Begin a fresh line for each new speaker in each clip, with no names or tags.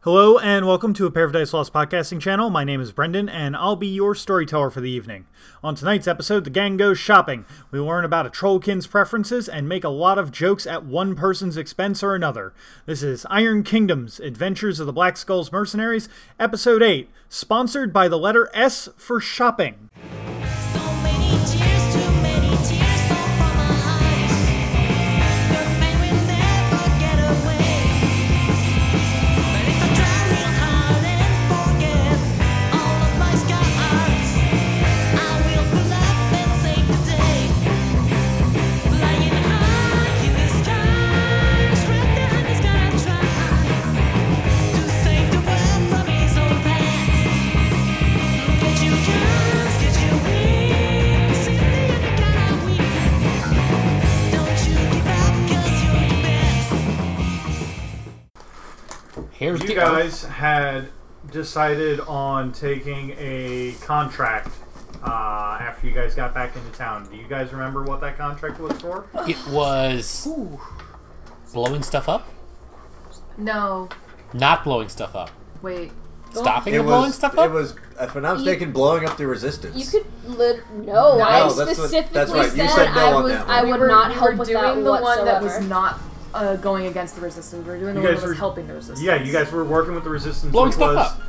Hello and welcome to a Paradise Lost podcasting channel. My name is Brendan and I'll be your storyteller for the evening. On tonight's episode, the gang goes shopping. We learn about a trollkin's preferences and make a lot of jokes at one person's expense or another. This is Iron Kingdoms Adventures of the Black Skulls Mercenaries, episode 8, sponsored by the letter S for shopping.
So many tears, too many tears fall from my eyes. Your man will never get away. But if I try real hard and forget all of my scars, I will pull up and save the day. Flying high in the sky, spread the sky, try to save the world from his own past. Get your guns, get your wings, sing the other weak. Don't you give up, cause you're the best.
Here's
You
the
guys had decided on taking a contract uh, after you guys got back into town. Do you guys remember what that contract was for?
Earth. It was blowing stuff up,
No,
not blowing stuff up,
wait.
stopping the blowing stuff up.
It was, if I'm not mistaken, blowing up the resistance.
You could lit- no. I
that's what- that's
specifically
right.
said,
You said no
I
on
was
that
I
one.
We
would
were-
not
we
help
were
with
doing
that
the
whatsoever.
one that was not uh, going against the resistance. We were doing the
You
one
guys
that was
were-
helping the resistance.
Yeah, you guys were working with the resistance.
Blowing
which
stuff
was,
up.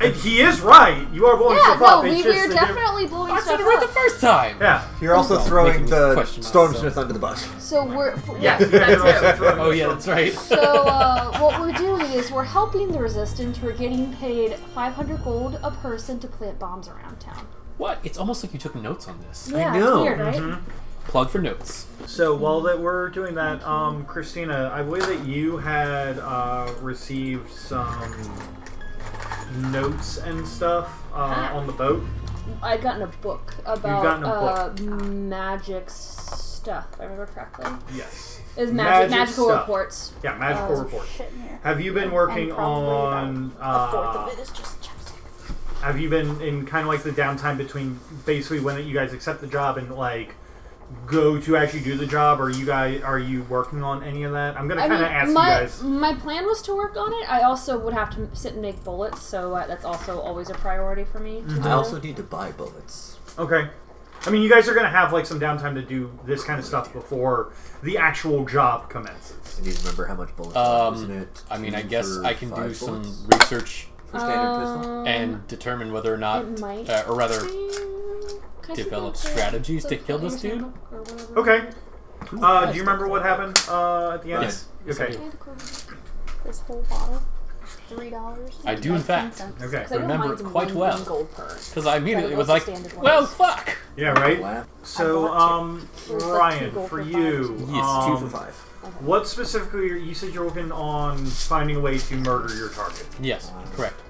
And he is right. You are blowing
Yeah,
stuff
no,
up. It's
we,
just
we
that
were
you're-
definitely blowing
I said
stuff
it right the
up.
first time.
Yeah.
You're also
making
throwing
me
the
question
Stormsmith
myself.
under the bus.
So we're
Yeah.
yeah.
Oh yeah, that's right.
so uh, what we're doing is we're helping the resistance. We're getting paid 500 gold a person to plant bombs around town.
what? It's almost like you took notes on this.
Yeah,
know. Mm-hmm.
it's weird, right?
Plug for notes.
So while that we're doing that, um, Christina, I believe that you had uh, received some notes and stuff uh,
Ah.
on the boat.
I'd gotten a book about
gotten a
uh, magic stuff. If I remember correctly.
Yes.
It was magic,
Magic
magical
stuff.
reports.
Yeah, magical
Uh,
report.
Shit in here.
Have you been working
And probably
on?
about a fourth
Uh,
of it is just chapstick.
have you been in kind of like the downtime between basically when you guys accept the job and like go to actually do the job? Or you guys are you working on any of that? I'm gonna
I
kind of
mean,
ask
my,
you guys.
my plan was to work on it. I also would have to sit and make bullets, so uh, that's also always a priority for me.
Mhm.
To do.
I also need to buy bullets.
Okay. I mean, you guys are going to have like some downtime to do this kind of stuff before the actual job commences.
I need to remember how much bullets.
Um,
isn't it?
I mean, I
two
guess
for
I can do
five
some
bullets?
research
For standard pistol.
Um,
and determine whether or not,
it might
uh, or rather,
be- can I see
develop
that, uh,
strategies
the
to kill this
player's
dude?
handbook or whatever?
Okay. Uh, do you remember what happened uh, at the end?
Yes.
Okay.
This whole bottle, three dollars.
I do in fact,
Okay.
'Cause I know
Remember
mine's
it quite
one
well.
gold per.
because I immediately
But
was
those
like,
are standard ones.
well, fuck.
Yeah, right?
Laugh.
So, um, Ryan, for you,
Yes, two for
um,
Five.
what specifically, are, you said you're working on finding a way to murder your target.
Yes, correct.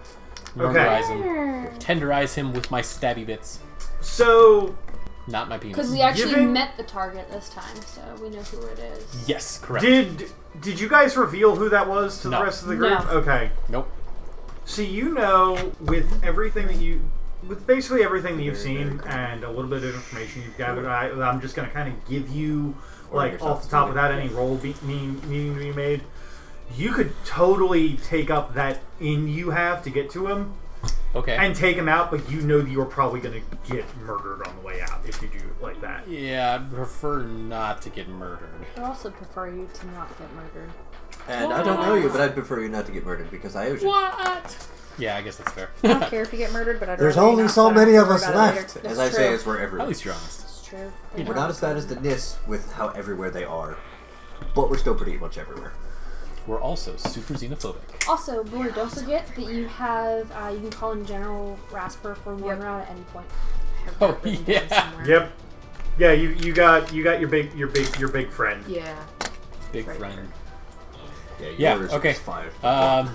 Okay.
Murderize him. Tenderize him with my stabby bits,
So,
not my penis.
Because we actually
Giving-
met the target this time, so we know who it
Mm.
is.
yes, correct.
did did you guys reveal who that was to the
No.
rest of the group?
No.
Okay.
Nope.
So you know, with everything that you, with basically everything that you've seen and a little bit of information you've gathered, I, I'm just going to kind of give you, like, off the top without any roll be, need, needing to be made. You could totally take up that in you have to get to him
Okay.
and take him out, but you know that you're probably going to get murdered on the way out if you do it like that.
yeah, I'd prefer not to get murdered.
I also prefer you to not get murdered.
And I don't know you, but I'd prefer you not to get murdered because I owe you.
What? Yeah, I guess that's fair.
I don't care if you get murdered, but I don't.
There's only so many of us left. As
That's
I say,
true.
it's we're everywhere.
At least you're honest.
It's true.
We're not as bad as the NIS with how everywhere they are, but we're still pretty much everywhere.
We're also super xenophobic.
Also, Blue, don't forget that you have uh, you can call in General Rasper for one
Yep.
round at any point.
Oh
Written down
yeah,
somewhere.
Yep. Yeah, you, you got you got your big your big your big friend.
Yeah.
big friend.
Yeah.
Yeah,
Yours
okay.
is five.
Um,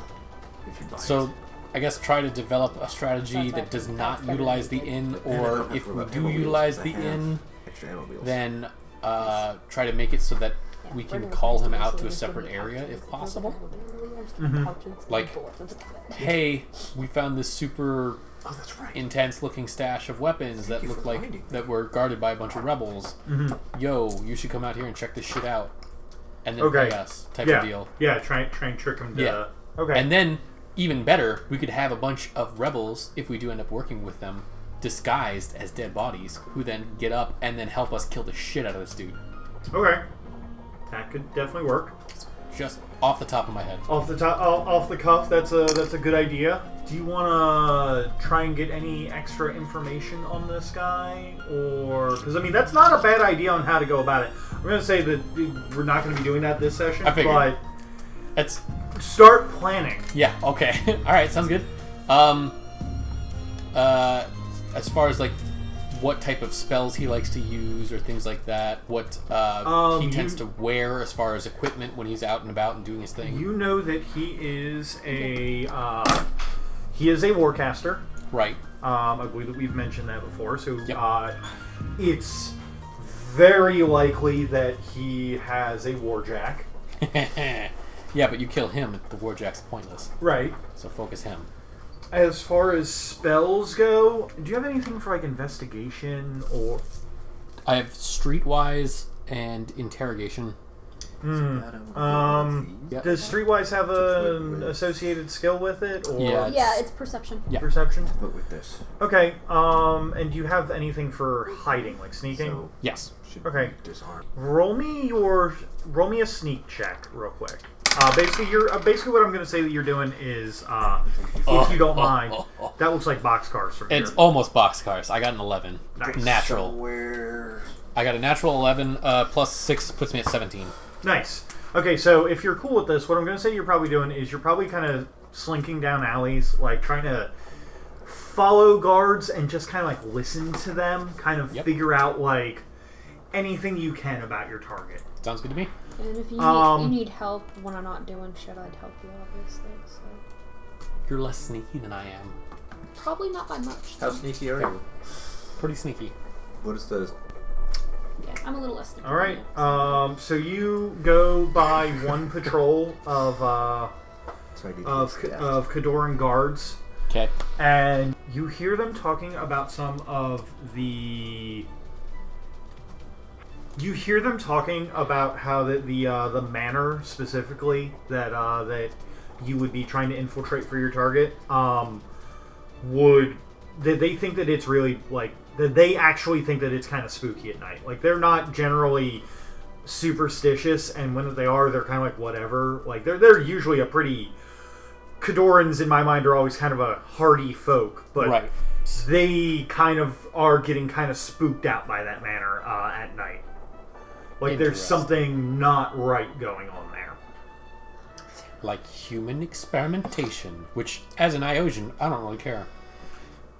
if you buy it.
so I guess try to develop a strategy
Sounds
that
like
does
that's
not
better
utilize the
than
inn,
And I don't
or
have
if
to
we
worry about
do
ammo wheels,
utilize
I
the
have
inn,
extra ammo wheels.
then uh, try to make it so that we
We're
can
gonna
call
find
him
a
out
way
to a
so we
separate
can
area if
actually-
possible. Like-
Like,
Hey, we found this super
Mm-hmm. oh, that's right.
intense looking stash of weapons that
you
look
for
like
finding Mm-hmm.
that were guarded by a bunch of rebels. Yo, you should come out here and check this shit out, and then
Okay.
pay us type
Yeah.
of deal.
Yeah. Try try and trick him to.
Yeah.
Okay.
Uh, And then even better, we could have a bunch of rebels if we do end up working with them, disguised as dead bodies, who then get up and then help us kill the shit out of this dude.
Okay. That could definitely work.
Just off the top of my head.
Off the top, off off the cuff, that's a that's a good idea. Do you want to try and get any extra information on this guy, or because I mean that's not a bad idea on how to go about it. I'm gonna say that we're not gonna be doing that this session,
I figured.
but
That's
start planning.
yeah, okay. All right, sounds good. Um uh as far as like what type of spells he likes to use or things like that, what uh
Um,
he
you-
tends to wear as far as equipment when he's out and about and doing his thing.
You know that he is a uh, he is a warcaster.
right.
Um, I believe that we've mentioned that before. So
Yep.
uh, it's very likely that he has a warjack.
yeah, but you kill him, the warjack's pointless.
Right.
So focus him.
As far as spells go, do you have anything for like investigation or?
I have streetwise and interrogation.
Hmm. Um,
Yep.
Does Streetwise have a- an associated skill with it or
Yeah.
Yeah, it's perception.
Yeah.
perception?
But with this,
Okay. Um, and do you have anything for hiding, like sneaking?
so
Yes.
should
Okay.
we disarm.
Roll me your roll me a sneak check real quick. Uh, basically, you're uh, basically what I'm going to say that you're doing is, uh, if you don't mind, that looks like boxcars from
It's
here.
almost boxcars. I got an 11.
Nice.
Natural.
Somewhere.
I got a natural 11 uh, plus 6 puts me at 17.
Nice. Okay, so if you're cool with this, what I'm going to say you're probably doing is you're probably kind of slinking down alleys, like trying to follow guards and just kind of like listen to them, kind of
Yep.
figure out like anything you can about your target.
Sounds good to me.
And if you,
Um,
need, you need help when I'm not doing shit, I'd help you, obviously. So
You're less sneaky than I am.
probably not by much.
How
Though.
sneaky are you?
Pretty sneaky.
What is the
Yeah, I'm a little less. than
All right.
you.
Um, so you go by one patrol of uh,
sorry, did you
of
say that?
of Cadoran guards,
Okay.
and you hear them talking about some of the. You hear them talking about how the the, uh, the manner specifically that uh, that you would be trying to infiltrate for your target um, would that they think that it's really like that they actually think that it's kind of spooky at night. Like they're not generally superstitious, and when they are, they're kind of like whatever. Like they're they're usually a pretty Cadorans in my mind are always kind of a hardy folk, but
Right.
they kind of are getting kind of spooked out by that manner uh, at night. Like there's
Interesting.
something not right going on there.
Like human experimentation, which, as an Iosian, I don't really care.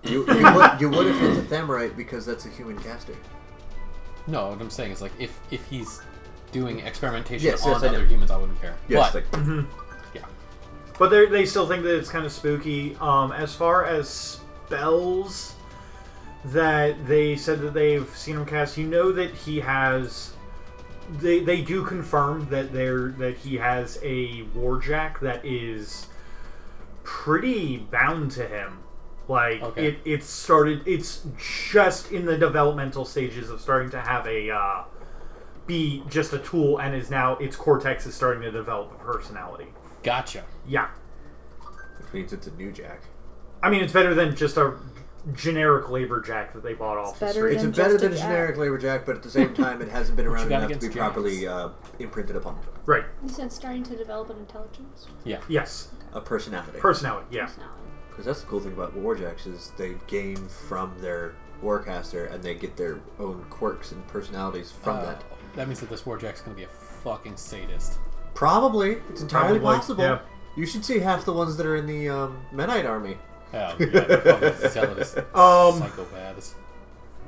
you, you, would, you would if it's a Thamorite because that's a human caster.
No, what I'm saying is, like, if, if he's doing experimentation
Yes,
on
yes, I
other
know.
humans, I wouldn't care. but,
like,
Mm-hmm.
yeah.
But they they still think that it's kind of spooky. Um, as far as spells that they said that they've seen him cast, you know that he has. They, they do confirm that they're that he has a warjack that is pretty bound to him. Like
Okay.
it, it started. It's just in the developmental stages of starting to have a uh, be just a tool, and is now its cortex is starting to develop a personality.
Gotcha.
Yeah.
which means it's a new Jack.
I mean, it's better than just a generic labor jack that they bought off the
better
street.
It's
than
a better
just
than
a
a
Jack.
generic labor Jack, but at the same time, it hasn't been around
got
enough to be
against Jacks?
properly uh, imprinted upon
Right.
You said starting to develop an intelligence.
Yeah.
Yes.
a personality.
Personality. Yeah.
Personality.
Because that's the cool thing about warjacks is they gain from their warcaster and they get their own quirks and personalities from
Uh,
that.
that means that this warjack's gonna be a fucking sadist.
Probably, it's entirely
Probably,
possible.
yeah.
You should see half the ones that are in the um, Menite army.
Oh, yeah, they're fucking zealous
Um,
psychopaths.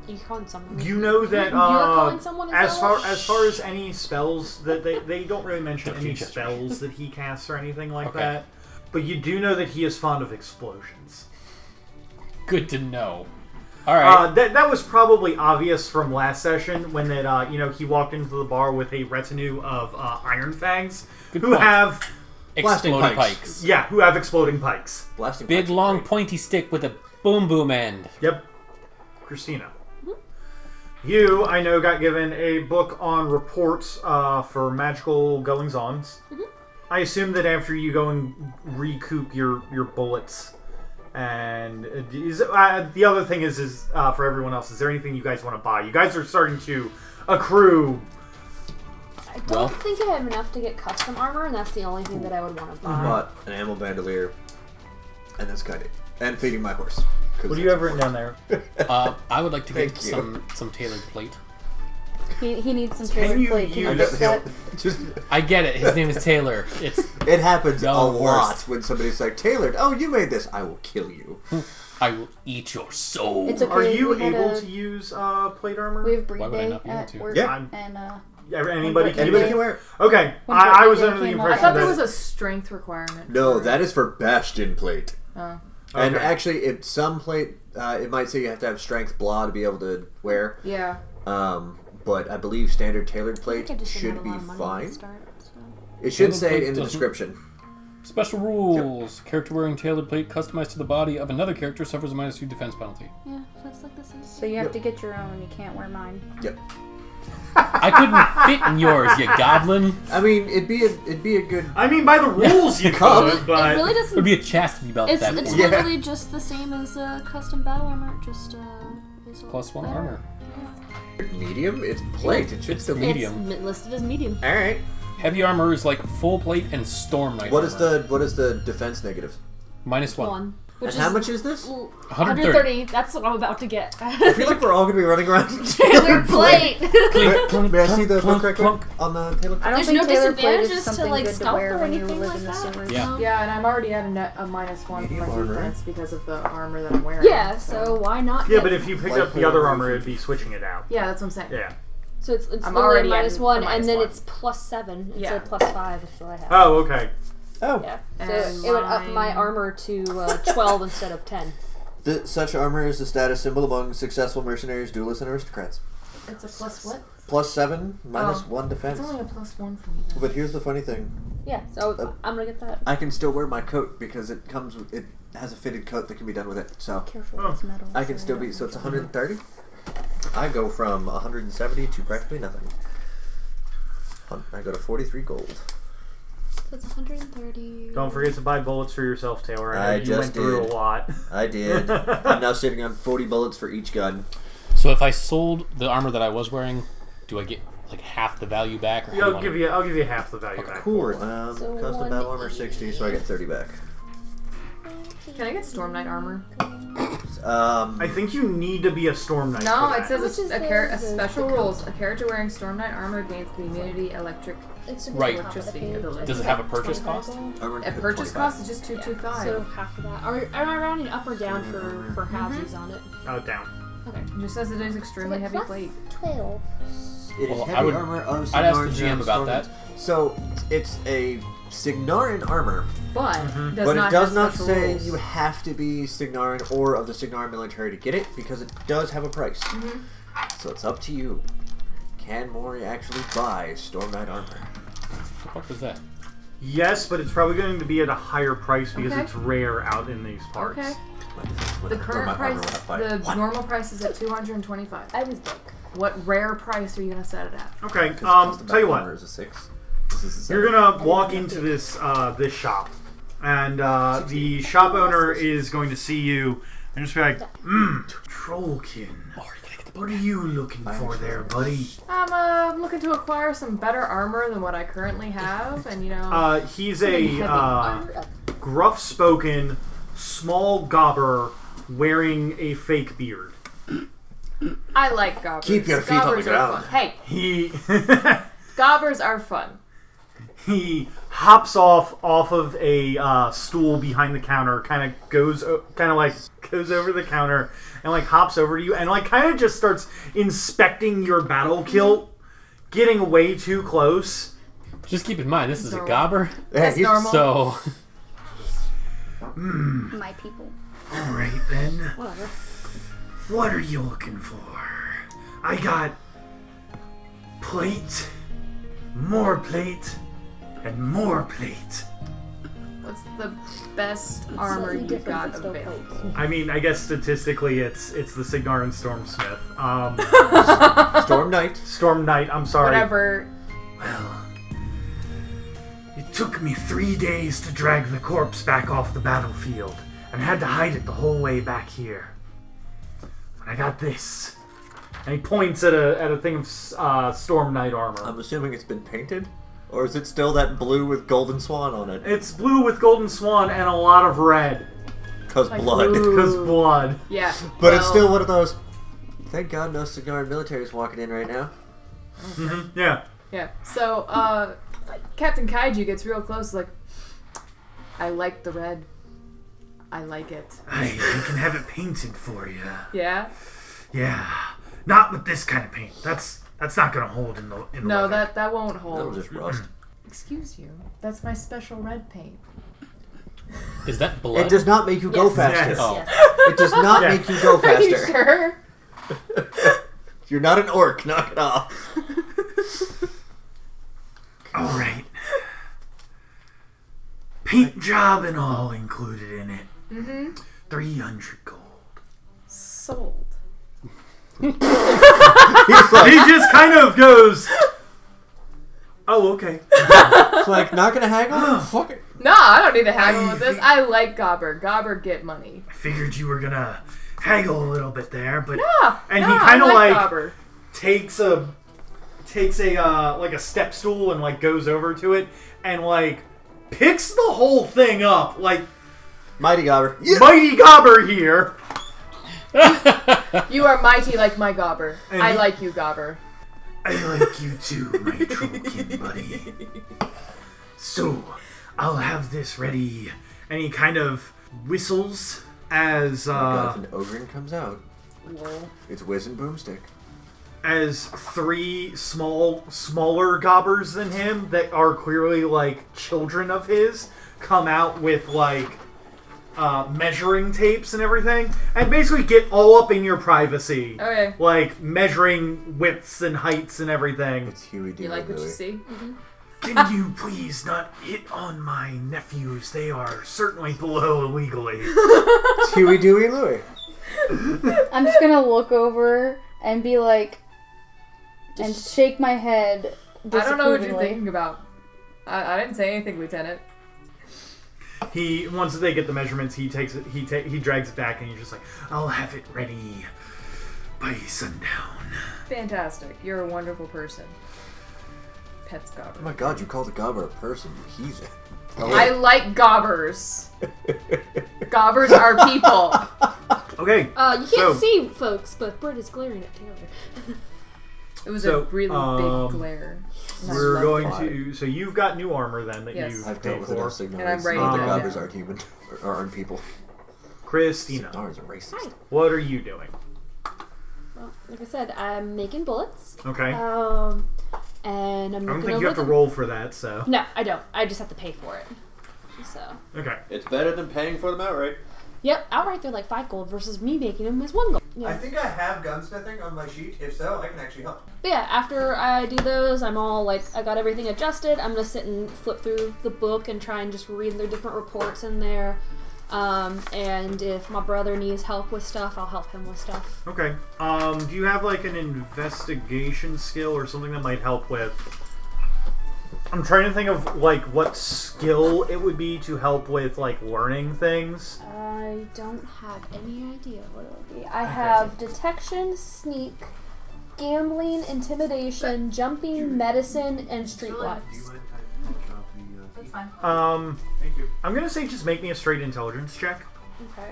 You calling someone?
You know that
You're
uh,
calling someone a
as far
zealot?
as far as any spells that they they don't really mention
Don't you
any
judge me.
spells that he casts or anything like
Okay.
that. But you do know that he is fond of explosions.
Good to know. All right.
Uh, that that was probably obvious from last session when that uh, you know he walked into the bar with a retinue of uh, iron fags
Good
who
point.
have
blasting
Exploding
pikes.
pikes.
yeah who have exploding pikes.
Blasting
Big
pikes are
long
great.
pointy stick with a boom boom end.
Yep. Christina. You, I know, got given a book on reports uh, for magical goings ons. I assume that after you go and recoup your your bullets, and uh, is uh, the other thing is is uh, for everyone else, is there anything you guys want to buy? You guys are starting to accrue.
I don't
Well-
think I have enough to get custom armor, and that's the only thing that I would want to buy.
Bought an animal bandolier, and that's kind of it. And feeding my horse.
What do you have written down there?
Uh, I would like to get
Thank you.
some some tailored plate.
He, he needs some
Can
tailored
you
plate.
use-
Can
Just-
Just,
I get it. His name is Taylor. It's
it happens
No,
a
worse.
lot when somebody's like, Taylor, oh, you made this. I will kill you.
I will eat your soul.
It's okay.
Are you
we had
able
a,
to use uh, plate armor?
We have breed
Why would I
day
not be able
at
to?
work.
Yeah.
I'm-
And uh,
yeah, anybody,
Anybody
anybody can
can
wear. Okay,
When
I, I
Breaking
was
Bad
under the
came out-
impression
I thought
that
there was a strength requirement.
No,
for-
that is for Bastion plate.
Oh.
And
Okay.
actually, if some plate, uh, it might say you have to have strength blah to be able to wear.
Yeah.
Um, but I believe standard tailored
I
plate
think I just didn't have
should
a
be
lot of money to
fine.
start, so.
It should
Standard
say it
plate
in the
doesn't-
description.
Special rules: character wearing tailored plate customized to the body of another character suffers a minus two defense penalty.
Yeah, that's like this is.
so you have to get your own. You can't wear mine.
Yep.
I couldn't fit in yours, you goblin.
I mean, it'd be a, it'd be a good.
I mean, by the rules, you
Come.
could,
it
but
really
It would
doesn't.
be a chastity belt at
It's,
that
it's
point.
Yeah.
literally just the same as uh, custom battle armor, just uh, is a
Plus
little
one
better.
armor.
Medium? It's plate. It should
It's
still be.
It's
Medium.
mi- listed as medium.
All right.
Heavy armor is like full plate and storm knight.
What is
armor.
the what is the defense negative?
minus one?
One. Which
and how much is this?
l-
130.
130. That's what I'm about to get.
I feel like we're all gonna be running around. in
Taylor
tailored
plate.
Clink,
May,
clunk,
may I see the book
clunk,
right quick
clunk.
on the tailored
I don't
There's
think
no
Taylor Plate is
disadvantages to,
something
like,
good to
stealth
wear
or
when you
anything
live
like
in the
that.
sewers.
Yeah.
Yeah, and I'm already at a, net, a minus one for my
Medium armor.
defense because of the armor that I'm wearing.
yeah. So why not?
yeah.
get-
But if you picked up the other armor, it'd be switching it out.
Yeah, that's what I'm saying.
Yeah.
so it's, it's
I'm
literally
already at
minus
a
one,
minus
and then
one.
it's plus seven. It's
Yeah.
a plus five. Is what I have.
Oh, okay.
Oh,
Yeah.
And
So it would up my
mine-
armor to uh, 12 instead of 10.
the, such armor is the status symbol among successful mercenaries, duelists, and aristocrats.
It's a plus what?
Plus seven, minus
Oh.
one defense.
It's only a plus one for me. Though.
But here's the funny thing:
Yeah. So I'm gonna get that.
I can still wear my coat because it comes. With, it has a fitted coat that can be done with it, so
Careful, it's metal.
I can still be. So it's 130. I go from 170 to practically nothing. Hun- I go to 43 gold.
That's 130.
Don't forget to buy bullets for yourself, Taylor.
I
I know you went
just
through a
did.
lot.
I did. I'm now sitting on 40 bullets for each gun.
So if I sold the armor that I was wearing, do I get like half the value back? Or how do you
I'll
want
give
it?
you. I'll give you half the value back.
Cool. Um,
So
custom battle armor
180.
60, so I get 30 back.
Can I get Storm Knight armor?
Um,
I think you need to be a storm knight.
No,
for
it
that.
says
Which
a,
is
a,
the-
char- a
the-
special
the
rules. A character wearing Storm Knight armor gains the immunity electric.
It's a
Right.
Electricity ability.
Does it have a purchase cost?
armor
At purchase
25.
cost is just two two five.
So Mm-hmm. half of that. Are, am I rounding up or down for, for halvesies on it?
Oh, down.
It just says it is extremely heavy plate.
12.
It is
Well, I
heavy
would-
armor of
I'd ask the
Signarin
GM about that.
Stormlight. So it's a Signarin armor,
But
Mm-hmm.
does
but
not
it does
have
not
special
say
rules.
you have to be Signarin or of the Signarin military to get it because it does have a price.
Mm-hmm.
So it's up to you. Can Mori actually buy Storm Knight armor?
The fuck was that?
Yes, but it's probably going to be at a higher price because
Okay.
it's rare out in these parts.
Okay.
My defense went
The
up, or my
current
armor
price,
went up by
the
one.
normal price is at two hundred and twenty-five.
I was broke.
What rare price are you gonna set it at?
Okay.
'Cause
Um,
custom
tell you
battle
what.
armor is a six. This is a seven.
You're gonna walk into this uh, this shop, and uh, the shop owner is going to see you and just be like, "Mmm, Trollkin,
Mari, can I get the
what are you looking for there, buddy?"
I'm uh, looking to acquire some better armor than what I currently have, and you know,
Uh, he's a uh, gruff-spoken, small gobber wearing a fake beard.
I like gobbers.
uh, Keep your feet on the
gobbers are
ground.
Fun. Hey,
He
gobbers are fun.
he hops off off of a uh, stool behind the counter, kind of goes, kind of like goes over the counter and like hops over to you, and like kind of just starts inspecting your battle kilt, getting way too close.
Just keep in mind, this is a gobber,
Hey,
That's
he's-
normal.
so
My people.
All right then. Whatever. What are you looking for? I got plate, more plate, and more plate.
What's the best armor you've got available?
I mean, I guess statistically, it's it's the Signar and Stormsmith. Um,
Storm Knight.
Storm Knight. I'm sorry.
Whatever.
It took me three days to drag the corpse back off the battlefield, and had to hide it the whole way back here. But I got this. And he points at a, at a thing of s- uh, Storm Knight armor.
I'm assuming it's been painted, or is it still that blue with golden swan on it?
it's blue with golden swan and a lot of red,
Cause
Like,
blood.
ooh.
because blood.
Yeah.
But it's
well,
still one of those. Thank God no Signarin military is walking in right now.
Yeah.
Yeah. So uh, Captain Kaiju gets real close, like, I like the red. I like it.
Hey, we can have it painted for you.
Yeah.
Yeah. Not with this kind of paint. That's that's not gonna hold in the in the
No,
weather.
that that won't
That'll
hold.
just rust.
Excuse you. That's my special red paint.
Is that blood?
It does not make you go
Yes.
faster.
Yes.
Oh.
Yes.
It does not
Yeah.
make you go
Are you
faster.
sure?
You're not an orc. Knock it off.
All right. Paint job and all included in it. Mm-hmm. Three hundred gold.
Sold.
He's like,
He just kind of goes. Oh, okay.
it's like not gonna haggle. Fuck it.
No, I don't need to haggle with this. I like Gobber. Gobber, get money.
I figured you were gonna haggle a little bit there, but
Yeah.
And
yeah,
he
I
kinda like-
Gobber.
takes a takes a uh, like a step stool and like goes over to it and like picks the whole thing up like
Mighty Gobber. Yeah.
mighty gobber here.
You are mighty like my Gobber.
And
I
he-
like you, Gobber.
I like you too, my trollkin buddy. So, I'll have this ready. And he kind of whistles as
God,
uh,
if an ogre comes out, it's Wiz and Boomstick.
as three small, smaller gobbers than him that are clearly like children of his come out with like uh, measuring tapes and everything, and basically get all up in your privacy.
Okay.
Like measuring widths and heights and everything.
It's Huey, Dewey,
You like what
Louie.
you see?
Can you please not hit on my nephews? They are certainly below illegally.
It's Huey, Dewey, Louie.
I'm just gonna look over and be like, and shake my head.
I don't know what you're
disapprovingly.
thinking about. I, I didn't say anything, Lieutenant.
He once they get the measurements, he takes it. He ta- he drags it back, and he's just like, "I'll have it ready by sundown."
Fantastic. You're a wonderful person. Pets
Oh
Gobber.
my God, you called the Gobber a person. He's a.
I like Gobbers. gobbers are people.
Okay.
Uh, you can't
So-
see, folks, but Britt is glaring at Taylor.
It was
So,
a really
um,
big glare. And I
We're
love
going
it.
to. So you've got new armor then that
Yes.
you've
I've
paid
dealt with enough
for.
And I'm
Signarans.
writing
Not the
it
down.
Gobbers aren't human or or aren't people.
Christina,
Signarans are racist.
what are you doing?
well, like I said, I'm making bullets.
Okay.
Uh,
I
Um, and I'm.
don't
gonna
think you have
look
to
at-
roll for that. So
No, I don't. I just have to pay for it. So.
okay.
It's better than paying for them outright.
Yep, outright they're like five gold versus me making them as one gold. Yeah.
think I have gunsmithing on my sheet. If so, I can actually help.
But yeah, after I do those, I'm all like, I got everything adjusted. I'm gonna sit and flip through the book and try and just read their different reports in there. Um, and if my brother needs help with stuff, I'll help him with stuff.
Okay. Um, do you have like an investigation skill or something that might help with? I'm trying to think of like what skill it would be to help with like learning things.
I don't have any idea what it would be. I have detection, sneak, gambling, intimidation, jumping, medicine, and streetwise.
uh,
That's fine.
Um,
Thank you.
I'm gonna say just make me a straight intelligence check.
Okay.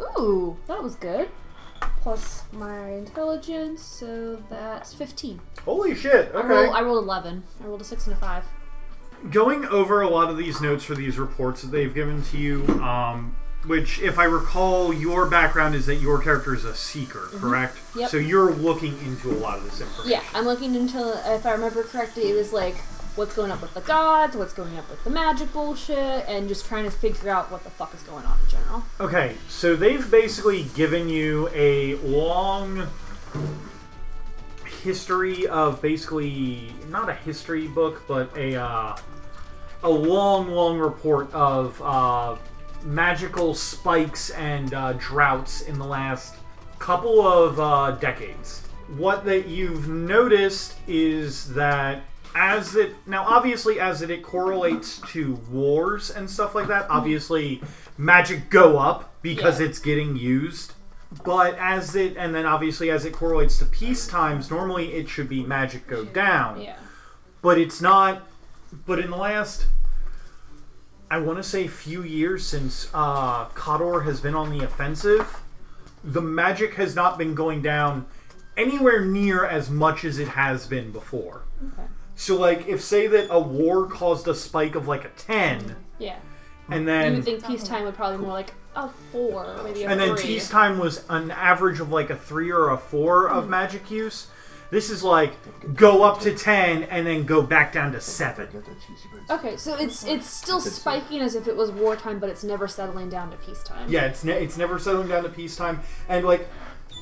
Ooh, that was good. Plus my intelligence, so that's 15.
Holy shit!
I,
Okay.
rolled, I rolled 11. I rolled a 6 and a 5.
going over a lot of these notes for these reports that they've given to you, um, which, if I recall, your background is that your character is a seeker, correct?
Mm-hmm. Yep.
So you're looking into a lot of this information.
Yeah, I'm looking into, if I remember correctly, it was like what's going up with the gods, what's going up with the magic bullshit, and just trying to figure out what the fuck is going on in general.
Okay, so they've basically given you a long history of basically not a history book, but a uh, a long, long report of uh, magical spikes and uh, droughts in the last couple of uh, decades. What that you've noticed is that as it now obviously as it, it correlates to wars and stuff like that obviously magic go up because
Yeah.
it's getting used but as it and then obviously as it correlates to peace times normally it should be magic go down
Yeah.
but it's not but in the last i want to say few years since uh Kador has been on the offensive the magic has not been going down anywhere near as much as it has been before so like if say that a war caused a spike of like a 10
Yeah.
and
You
then
would think peacetime would probably more like a four, or maybe a
and then
three.
tease time was an average of like a three or a four of
Hmm.
magic use this is like go up to 10 and then go back down to 7
Got that cheesy bread.
Okay, so it's it's still spiking as if it was wartime, but it's never settling down to peacetime.
Yeah, it's ne- it's never settling down to peacetime. And like,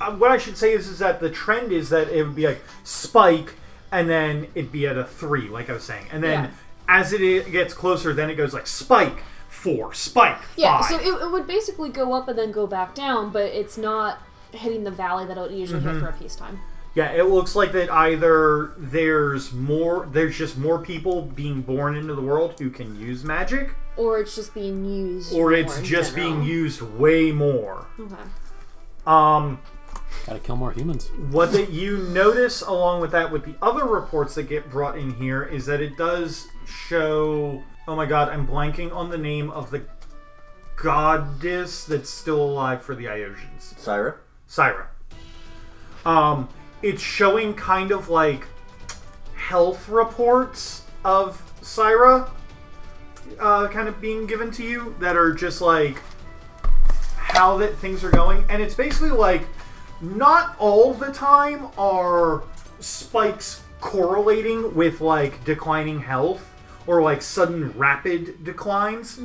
uh, what I should say is is that the trend is that it would be like spike, and then it'd be at a three, like I was saying, and then
Yeah.
as it i- gets closer, then it goes like spike four, spike
Yeah,
five.
so it, it would basically go up and then go back down, but it's not hitting the valley that it would usually
Mm-hmm.
hit for a peacetime.
yeah, it looks like that either there's more, there's just more people being born into the world who can use magic,
Or it's just being used.
or
more
it's
in
just
general.
being used way more.
Okay.
Um,
Gotta kill more humans.
What that you notice along with that with the other reports that get brought in here is that it does show oh my god, I'm blanking on the name of the goddess that's still alive for the Iosians.
Syra.
Syra. Um it's showing kind of like health reports of Syra uh, kind of being given to you that are just like how that things are going and it's basically like not all the time are spikes correlating with like declining health or like sudden rapid declines,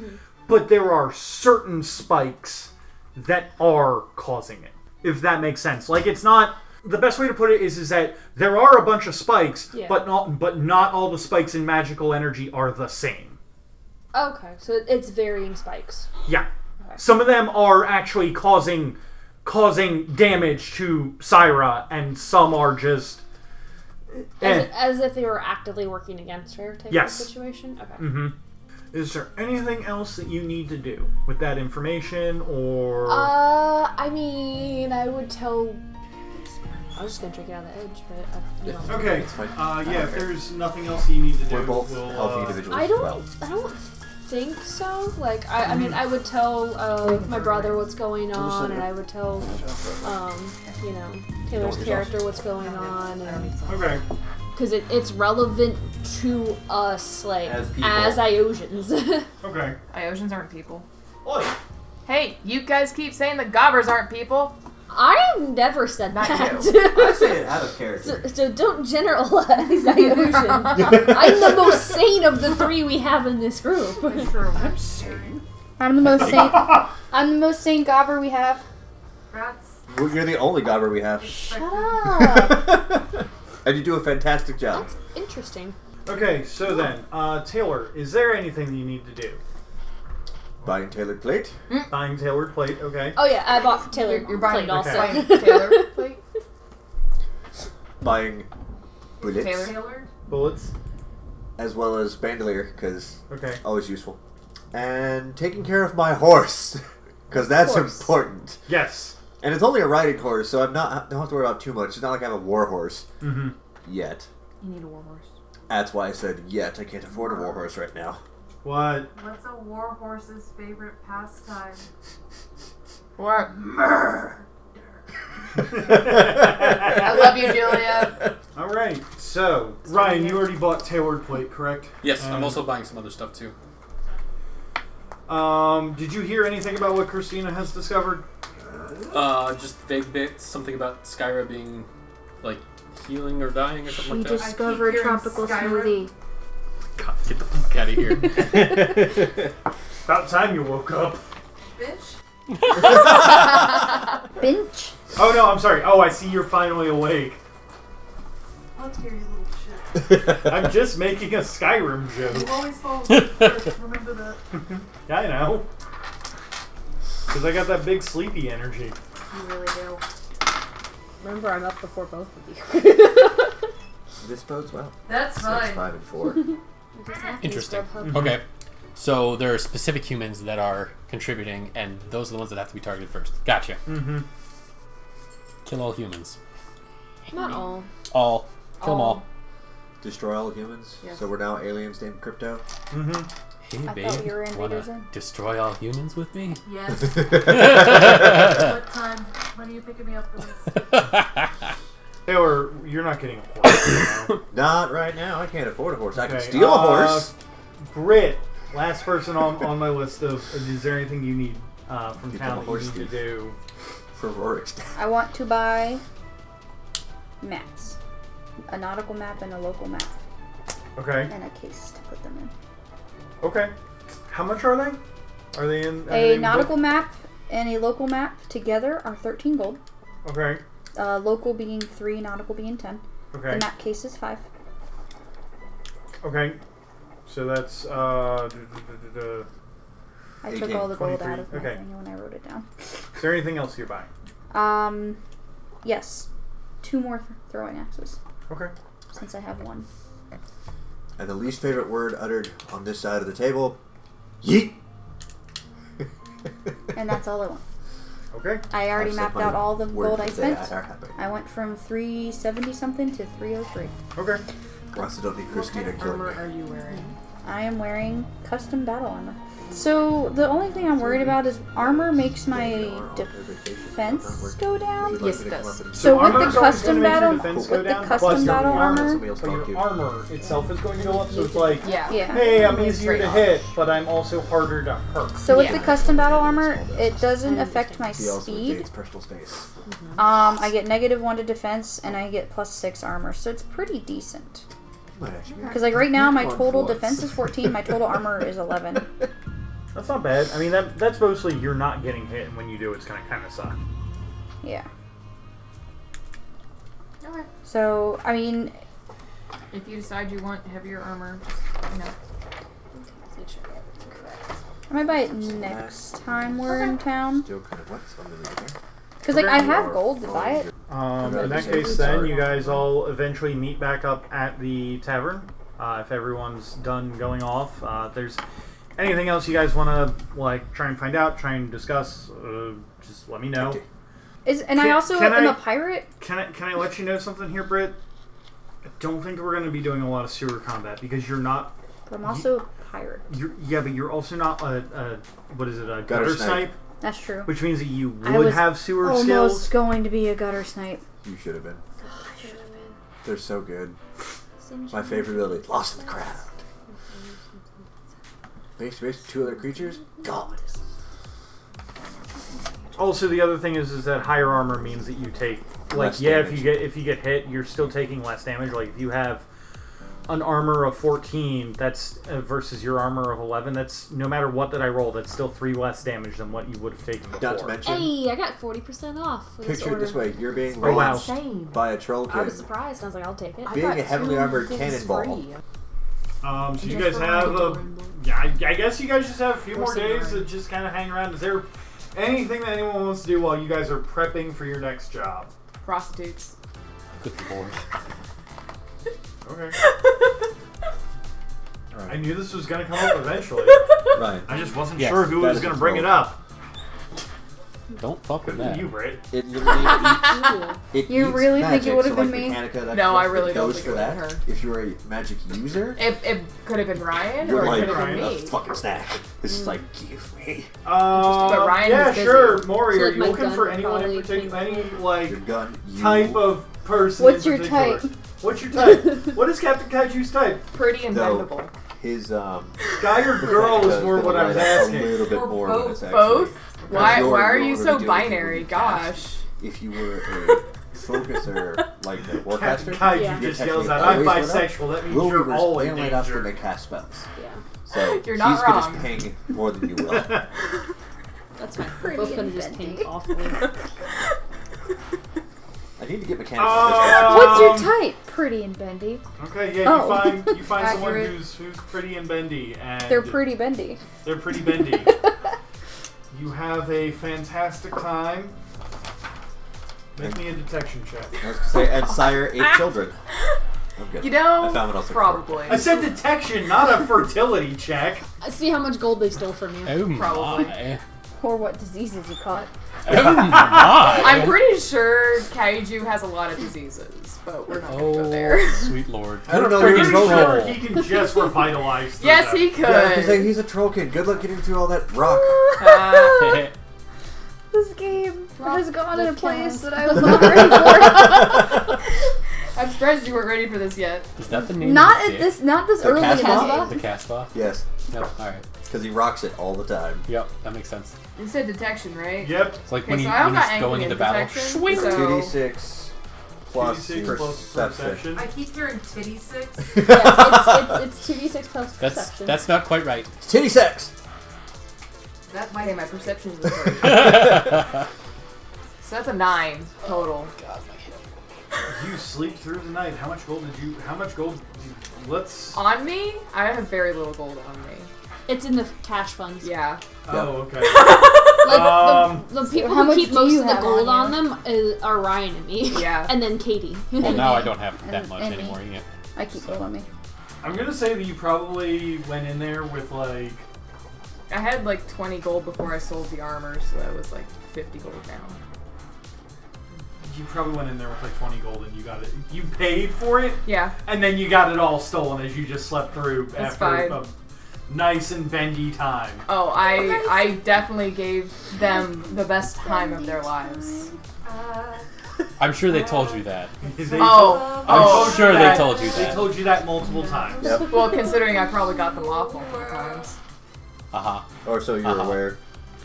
but there are certain spikes that are causing it. If that makes sense. Like it's not the best way to put it is is that there are a bunch of spikes,
Yeah.
but not but not all the spikes in magical energy are the same.
Okay, so it- it's varying spikes.
Yeah. Some of them are actually causing causing damage to Syra and some are just
As,
eh.
as if they were actively working against her type
Yes. Mm-hmm.
of situation. Okay.
Is there anything else that you need to do with that information, or
Uh, I mean, I would tell. I was just gonna drink it out of the edge, but I, you don't.
okay?
fine.
Uh,
I don't
yeah, if
care.
there's nothing else you need to do,
We're both
we'll,
healthy
uh,
individuals.
I don't.
Well,
I don't think so. Like, I, I mean, I would tell uh, my brother what's going on, and I would tell, um, you know, Taylor's character what's going on, and
Okay,
because it, it's relevant to us, like
As people.
as Iosians.
okay.
Iosians aren't people.
Oi.
Hey, you guys keep saying the gobbers aren't people.
I have never said
Not
that.
I say it out of
So,
character.
so don't generalize Iosians. I'm the most sane of the three we have in this group.
True.
I'm the most sane. I'm the most sane gobber we have.
Rats.
Well, You're the only gobber we have,
Ah,
and you do a fantastic job.
that's interesting.
Okay, so then, uh, Taylor, is there anything you need to do?
Buying tailored plate.
Buying tailored plate. Okay.
Oh yeah, I bought Taylor
You're buying
plate
the
also.
plate. Taylor plate.
Buying bullets
Taylor. Taylor.
Bullets.
as well as bandolier because
Okay.
always useful. And taking care of my horse because that's
course.
important.
Yes.
And it's only a riding horse, so I'm not don't have to worry about too much. It's not like I have a war horse
Mm-hmm.
yet.
You need a war horse.
That's why I said yet. I can't afford a war horse right now.
What?
What's a war horse's favorite pastime?
What? I
All
love you, Julia.
right. So, Ryan, you already bought tailored plate, correct?
Yes, I'm
And,
also buying some other stuff too.
Um, did you hear anything about what Christina has discovered?
Uh, just vague bits, something about Skyra being like healing or dying or something
We
like that.
discover
hearing
tropical
Skyrim.
smoothie.
God, get the fuck out of here.
About time you woke up.
Bitch.
Binch.
Oh no, I'm sorry. Oh, I see you're finally awake.
Look here, you little shit.
I'm just making a Skyrim
You
joke.
always fall asleep first. Remember that.
Yeah, I know. Because I got that big sleepy energy.
You really do.
Remember, I'm up before both of you.
This bodes well.
That's
Six,
fine.
five, and four.
Interesting.
Scrub
Okay. So there are specific humans that are contributing, and those are the ones that have to be targeted first. Gotcha.
Mm-hmm.
Kill all humans.
Not all.
All. Kill them all.
Destroy all humans.
Yes.
So we're now aliens named Crypto.
Mm-hmm.
Hey,
thought
babe,
we were invaders
wanna
in.
destroy all humans with me?
Yes.
yeah,
what time? When are you picking me up for this?
Or you're not getting a horse. you know.
Not right now. I can't afford a horse. I can
Okay,
steal a
uh,
horse.
Grit, last person on, on my list of is there anything you need uh, from
Become a
town that you
horse
need to
thief.
do?
For Rorik's death.
I want to buy maps. A nautical map and a local map.
Okay.
And a case to put them in.
Okay. How much are they? Are they in are they
A
in
nautical map and a local map together are 13 gold.
book? Okay.
Uh, local being 3, nautical being 10. The
Okay.
map case is 5.
Okay. So that's uh. duh, duh, duh, duh, duh.
I
18,
took all the gold out
23,
of my
okay.
thing when I wrote it down.
Is there anything else you're buying?
Um, yes. Two more th- throwing axes
Okay.
since I have one.
And the least favorite word uttered on this side of the table yeet.
And that's all I want.
Okay.
I already
I've said
mapped
my
out all the
word
gold I
for the day.
spent.
I- I have it.
I went from 370 something to 303.
Okay.
I also don't need
What kind
Christina
of
killing
armor
me.
are you wearing?
I am wearing custom battle armor. So the only thing I'm worried about is armor makes my defense go down.
Yes, it does.
So with
armor's
the
always
custom
gonna make your
battle,
defense
with
go
the
down, plus
custom
your
battle
armor.
armor,
But your armor itself is going to go up, so it's like,
Yeah.
yeah.
hey, I'm easier
Straight
to
off.
hit, but I'm also harder to hurt.
So with
Yeah.
the custom battle armor, it doesn't affect my
He also
speed.
invades personal space.
Um, I get negative one to defense, and I get plus six armor, so it's pretty decent.
Might actually be
Because like right now, my
One
total
for
defense
once.
is 14, my total armor is 11.
That's not bad. I mean, that that's mostly you're not getting hit, and when you do, it's gonna kind of suck. Um,
Yeah. So I mean,
If you decide you want heavier armor, you know.
I might buy it next time we're in town.
Still kind of what's on the video.
Because like I have gold to buy it.
Um,
I'd
in
rather
that
say
case,
it's
then
hard.
you guys all eventually meet back up at the tavern. Uh, if everyone's done going off, uh, if there's anything else you guys want to like try and find out, try and discuss, uh, just let me know.
Is and I
Can-
also
can
am
I-
a pirate.
Can I can I let you know something here, Britt? I don't think we're going to be doing a lot of sewer combat because you're not.
But I'm also a pirate.
You're, yeah, but you're also not a, a what is it? A gutter,
Gutter snipe.
snipe,
That's true.
which means that you
I
would
was
have sewer
Almost
skills.
going to be a gutter snipe.
You should have been. They're so good. My favorite ability, Lost in the Crowd. Face to face with two other creatures, gone.
Also, the other thing is, is that higher armor means that you take like
Less
yeah, if
damage.
you get if you get hit, you're still taking less damage. Like if you have an armor of 14, that's uh, versus your armor of 11. That's no matter what that I roll, that's still three less damage than what you would have taken before.
Not to mention,
Hey, I got 40% off. With
picture it
order.
this way: you're being
Oh,
raised
wow.
Same.
by a troll
I
kid.
was surprised. I was like, I'll take it.
I
Being
got
a heavily
two
armored
things
cannonball.
free.
Um, so you guys
Just for
have
my
a,
adorable-
yeah, I, I guess you guys just have a few more
Horse and
days
rider.
to just kind of hang around. Is there anything that anyone wants to do while you guys are prepping for your next job?
Prostitutes.
Good lord.
Okay. I
Right.
knew this was gonna come up eventually.
right.
I just wasn't
Yes,
sure who
that
was
is
gonna
a
bring
roll.
it up.
Don't fuck with that.
You, Britt.
It literally eats, it
You
eats
really think
magic,
it would've
so like
been me?
Mechanica, that
No,
stuff,
I really
it
don't
goes
think
for
it
that.
would've
If you're a magic user,
It, it could have been Ryan
you're
or it
like
could have been
Ryan.
a
me.
fucking snack. This is like give me
Uh,
but Ryan
yeah,
was busy.
sure. Maury,
So,
are
like,
you
my
looking
gun
for anyone in
probably
particular?
came
Any
from-
like
your gun. You
type of person?
What's
in
your
particular?
type?
What's your type? what is Captain Kaiju's type?
Pretty and
No.
bendable.
his um.
Guy or girl is
Mechanica's
more
gonna
what I was
light up
asking.
A little bit
Or
more than
both.
it's actually.
Both. Why?
you're-
Why are you
you're already
so
doing what
binary?
you cast.
Gosh.
If you were a focuser like the
Captain
warcaster,
Kaiju
Yeah.
just
You're
yells out, "I'm
technically always lit up.
bisexual." That means
Will
you're
Weaver's
all in
only off when they
danger.
cast spells.
Yeah,
So
You're not
she's
wrong.
gonna just ping more than you will.
that's fine. We're both gonna just pink awfully.
I need to get mechanics. on
Um,
What's your type? Pretty and bendy.
Okay, yeah, you
Oh.
find you find someone
Accurate.
who's who's pretty and bendy, and
They're pretty bendy.
They're pretty bendy. you have a fantastic time. Make me a detection check.
this. I was gonna say, and sire eight children. I'm good.
Oh. You know,
I found what I was looking for.
probably.
I said detection, not a fertility check.
See how much gold they stole from you.
Oh
Probably.
my.
Or what diseases you caught.
Oh my.
I'm pretty sure Kaiju has a lot of diseases, but we're not gonna go
Oh,
there.
sweet lord.
I don't know.
Friggin'
He's,
roll.
yeah,
Sure, he can just revitalize. through
yes,
that.
he could.
he's like he's a trollkin. Good luck getting through all that rock.
Uh,
This game has gone in a
the
place
cat.
that I was not ready for.
I'm surprised you weren't ready for this yet.
Is that the name?
not
of
at
the
this, not this early in the
Casbah?
game.
The Casbah?
Yes,
No. Alright.
because he rocks it all the time.
Yep, that makes sense.
You said detection, right?
Yep.
It's like
Okay,
when,
so
he,
I don't
when
got
he's
anything
going
in
into battle.
detection.
Shwing.
so-
Two d six plus
2d6 plus
perception.
I keep hearing titty six.
yeah, it's, it's, it's 2d6 plus
That's
perception.
that's not quite right.
Titty sex.
That might have my perception. is incorrect.
God,
so that's a nine total.
my hip.
You sleep through the night. How much gold did you? How much gold? Did you, let's.
On me, I have very little gold on me.
It's in the cash funds.
Yeah.
Oh, okay.
Like,
Um,
the, the people
how
who
much
keep
do
most
you
of the
have
gold
on
on, them is, are Ryan and me.
Yeah.
and then Katie.
Well, now I
me.
don't have that
And-
much
and me.
anymore. Yeah.
I keep going me.
I'm gonna say that you probably went in there with like.
I had like 20 gold before I sold the armor, so that was like 50 gold now.
You probably went in there with like 20 gold, and you got it. You paid for it,
Yeah.
and then you got it all stolen as you just slept through
That's
after
fine.
a nice and bendy time.
Oh, I I definitely gave them the best time of their lives.
Uh,
I'm sure they told you that.
They told-
Oh,
I'm
told you
oh.
sure they
that-
told you
They
that.
told you that multiple times.
Yep.
Well, considering I probably got them off multiple times.
Uh-huh.
Or so you're
Uh-huh.
aware.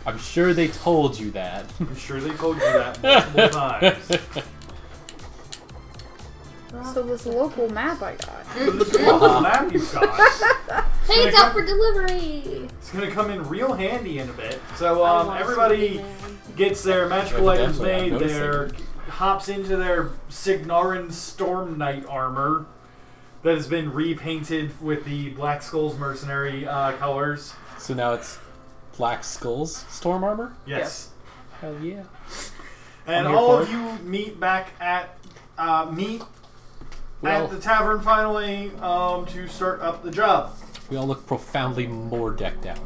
I'm sure they told you that.
I'm sure they told you that multiple times.
So this local map I got.
This little map you've got.
Hey, it's out for delivery.
It's gonna come in real handy in a bit. So um, everybody gets their magical
Right,
items
definitely,
made.
I'm
Their hops into their Signarin Storm Knight armor that has been repainted with the Black Skull's mercenary uh, colors.
So now it's Black Skull's storm armor?
Yes.
Hell yeah.
And
I'm here
all
for
of
it.
you meet back at uh, meet
Well-
at the tavern finally um, to start up the job.
We all look profoundly more decked out.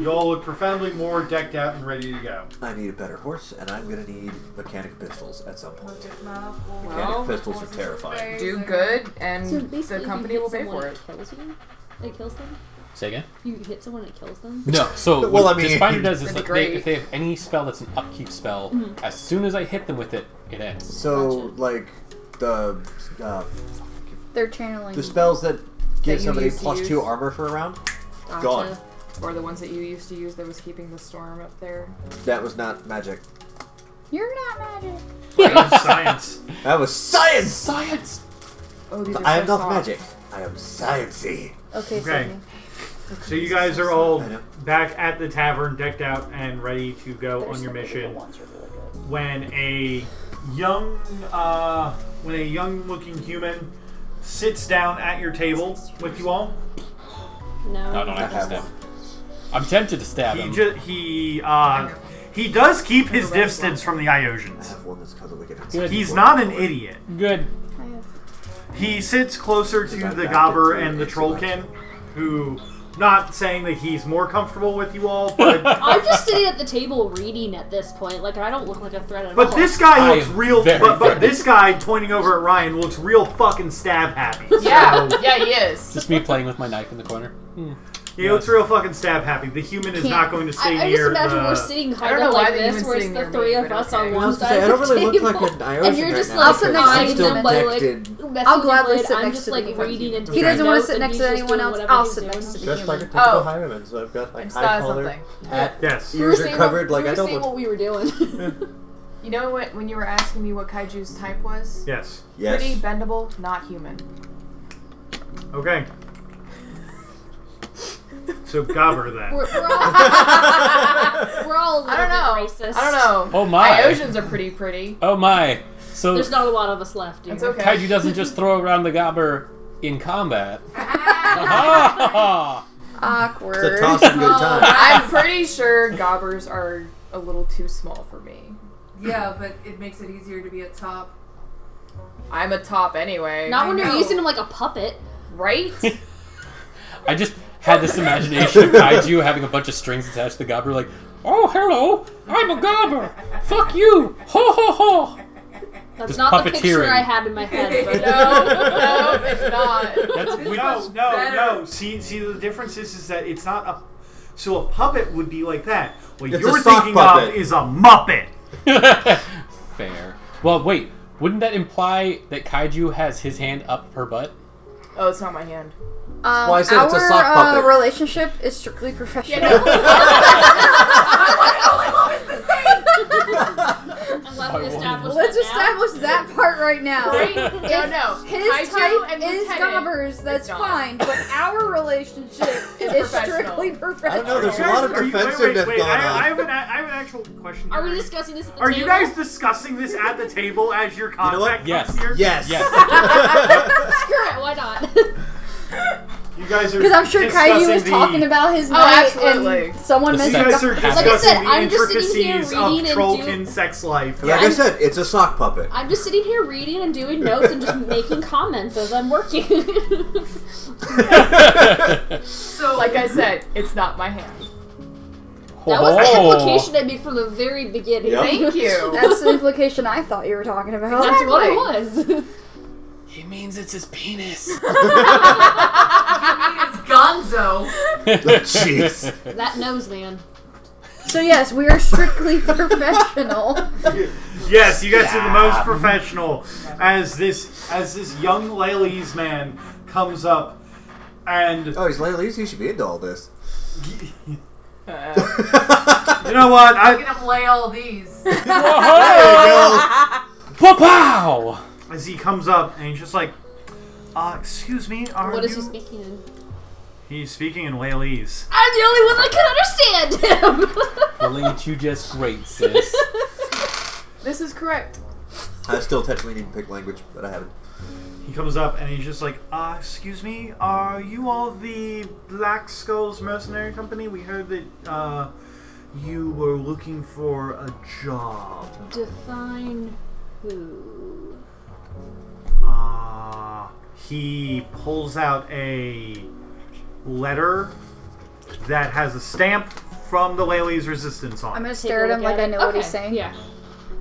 You all look profoundly more decked out and ready to go.
I need a better horse, and I'm gonna need mechanic pistols at some point.
look at my
Mechanic
Well,
pistols are terrifying.
Do good, and
So basically,
the
if
company
you hit
will pay
someone,
for it.
Kills you. It kills them.
Say again?
You hit someone, it kills them.
No. So
Well,
what
I mean-
this finder does is like
That'd be
they,
great.
if they have any spell that's an upkeep spell,
Mm-hmm.
as soon as I hit them with it, it ends.
So
Gotcha.
like the uh,
They're channeling.
the spells that
That
give
you
somebody
used to
plus
use?
two armor for a round,
Gotcha.
gone.
Or the ones that you used to use that was keeping the storm up there.
That was not magic.
You're not magic.
Science.
That was science.
Science!
Oh, these are
I am
so
not
soft.
magic. I am sciency.
Okay.
Okay, Sydney.
So you guys are all
I know.
back at the tavern, decked out and ready to go on your mission. When a young, uh, when a young-looking human sits down at your table with you all,
No.
No, I don't
I
actually
have
stab him. I'm tempted to stab
he
him.
ju- he uh, he does keep his distance from the
I
Iosians.
have one that's called the wicked.
Good.
He's not an idiot.
Good.
I have
He sits closer to
Because I
the
backed
Gobber
it to
and the
the
Trollkin, who, not saying that he's more comfortable with you all, but
I'm just sitting at the table reading at this point. Like I don't look like a threat at all.
But this guy
I
looks
am
real.
very
But, but
threatened.
this guy pointing over at Ryan looks real fucking stab happy.
Yeah, yeah, he is.
Just me playing with my knife in the corner.
He looks real fucking stab happy. The human is
Can't-
not going to stay
I, I just
near
imagine we're
the.
sitting
uh, I don't
kind
know
of
why
like
they
this,
even
where it's
sitting
the
near
three
me,
of
but
us
okay.
on
I
I
one
was gonna say,
side
I
of
don't
the
really look
table,
like an Iosian
and you're just
right now,
like
sit
so
next to
eyeing
him
them
and
by
decked
like
in.
messing
I'll gladly
him,
sit
I'm
next
just
to the
like
human.
reading into
He
his
doesn't want to
notes
sit
and
next
he's
to
just
anyone
doing
else.
whatever
I'll
he's
sit
doing.
next to the
Dressed like a
human.
typical
Oh.
highwayman, so I've got like
I saw
high collar,
something.
hat,
Yes.
We were
ears are
saying
covered. Like
what, we were
I don't
saying
look.
what we were doing.
You know what? When you were asking me what Kaiju's type was,
Yes.
pretty
Yes.
bendable, not human.
Okay. So Gobber then.
we're, we're all, we're all a little
I don't know.
bit racist.
I don't know.
Oh my.
Iosians are pretty pretty.
Oh my. So
There's not a lot of us left. Dude.
It's okay.
Kaiju doesn't just throw around the gobber in combat. Ah!
Awkward.
It's a toss and good
Oh,
time.
I'm pretty sure gobbers are a little too small for me.
Yeah, but it makes it easier to be at top.
I'm a top anyway.
Not when
I
you're
know.
using him like a puppet.
Right?
I just had this imagination of kaiju having a bunch of strings attached to the gobbler, like, oh, hello, I'm a gobbler. Fuck you. Ho, ho, ho.
That's
Just
not the picture
puppeteering.
I had in my head. But
no, no, it's not.
That's we
No, no,
better.
no. See, see, the difference is, is that it's not a. So a puppet would be like that. What
It's a
you're
sock
thinking
puppet.
of is a muppet.
Fair. Well, wait. Wouldn't that imply that kaiju has his hand up her butt?
Oh, it's not my hand.
Um,
why I said
our
it's a sock
uh,
puppet.
relationship is strictly professional.
I'm glad we established
Let's
that now.
establish that part right now.
No, no.
His
Kaiju
type
and
is
lieutenant
gobbers. That's
is not.
fine, but our relationship is,
professional.
strictly professional.
I don't know, there's a lot of
Are you- wait,
defensiveness
wait, wait.
going
I,
on.
I have an, a- I have an actual question.
Are we
here.
discussing this at the
Are
table?
you guys discussing this at the table as your
know what?
contact
Yes.
comes here?
Yes.
Yes.
Screw it, why not?
You guys are
Because I'm sure Kaiju
discussing
was
the-
talking about his night,
absolutely.
and someone
The
You
mentioned
sex-
guys are
Like I said,
discussing the
I'm just sitting here
intricacies of
reading and
Trollkin
doing-
sex life.
Like I said, it's a sock puppet.
I'm just sitting here reading and doing notes and just making comments as I'm working.
So, like I said, it's not my hand.
That was the
Oh.
implication I made from the very beginning.
Yep.
Thank you.
that's the implication I thought you were talking about.
That's what it
Exactly.
was.
He means it's his penis.
It's Gonzo.
Jeez.
that nose man.
So yes, we are strictly professional.
Yes, you guys are the most professional. As this as this young Lely's man comes up and
oh, he's Lely's? He should be into all this.
Uh,
you know what?
I'm
I
gonna play all these.
Whoa! Pow!
as he comes up and he's just like uh, excuse me, are
What
you...
is he speaking in?
He's speaking in Whalese.
I'm the only one that can understand him!
Well, ain't you just great, sis?
this is correct.
I still technically need to pick language, but I haven't.
He comes up and he's just like, uh, excuse me, are you all the Black Skulls Mercenary Company? We heard that uh, you were looking for a job.
Define who.
Uh, he pulls out a letter that has a stamp from the Lely's Resistance on
I'm
it.
gonna
Take a
stare at him
look
like I know what
it.
he's
Okay,
saying.
Yeah.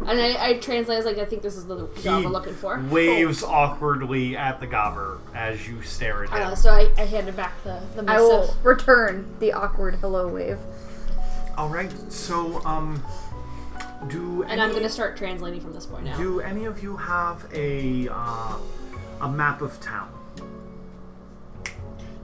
And I, I translate as like, I think this is the job
He
we're looking for.
Waves awkwardly at the gobber as you stare at him.
Uh, so I, I handed back the, the
I
missive.
will return the awkward hello wave.
all right, so um, do
And
any,
I'm gonna start translating from this point out.
do any of you have a uh, a map of town?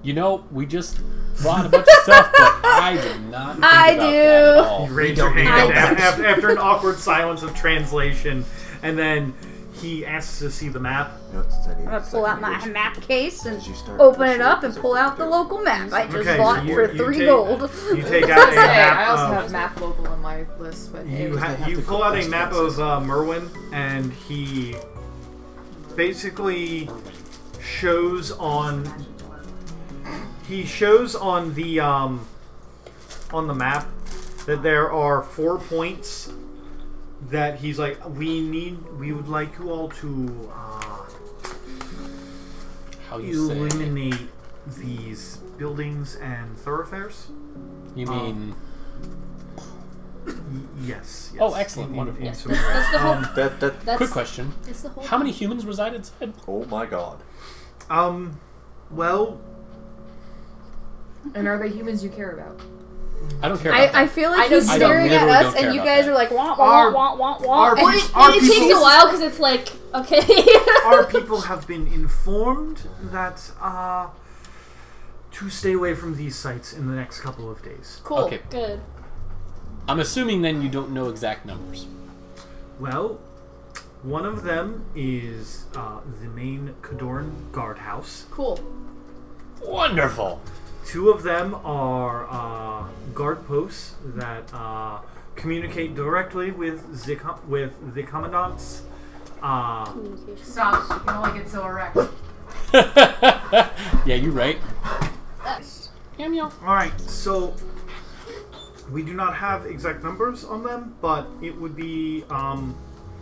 You know, we just bought a bunch of stuff, but I did not. Think
I
about
do.
That at all.
You raise your
don't
hand
know
af-
that.
af- after an awkward silence of translation, and then he asks to see the map.
No, it's I need
I'm
a
gonna pull out
second
my
language.
map case and
As you start
open it
pushing,
up and
so
pull
you
out the
do.
local map I just
Okay, so
bought
you-
for
you
three
take-
gold.
You take out a
Hey,
map.
I also
of-
have map local on my list, but
You,
it-
ha-
have
you
to
pull
go
out a
best
map
dances.
of uh, Merwin, and he basically shows on he shows on the um, on the map that there are four points that he's like we need we would like you all to uh,
How you say? it.
illuminate these buildings and thoroughfares.
You mean?
Y- yes, yes.
Oh, excellent,
in- in-
wonderful.
in
Yes.
some way. Um,
That's the whole.
That, that,
That's,
Quick question:
That's the whole.
How many humans reside inside?
oh my god.
Um, well,
and are they humans you care about?
I don't care about that.
I, I feel
I
like
know
he's
you
staring
don't.
at
Literally
us
don't care
and you
about
guys
that.
are like wah wah
Our-
wah wah
our
wah.
Well,
And
it,
Our
and it takes a
people-
while because it's like okay.
our people have been informed that uh, to stay away from these sites in the next couple of days.
cool.
Okay.
Good.
I'm assuming then you don't know exact numbers.
Well, one of them is uh, the main Cadorn guardhouse.
Cool.
Wonderful.
Two of them are uh, guard posts that uh, communicate directly with the com- with the commandants. Uh,
Stop. You can only get so erect.
yeah, you're right. Yum, yum.
All right, so we do not have exact numbers on them, but it would be um,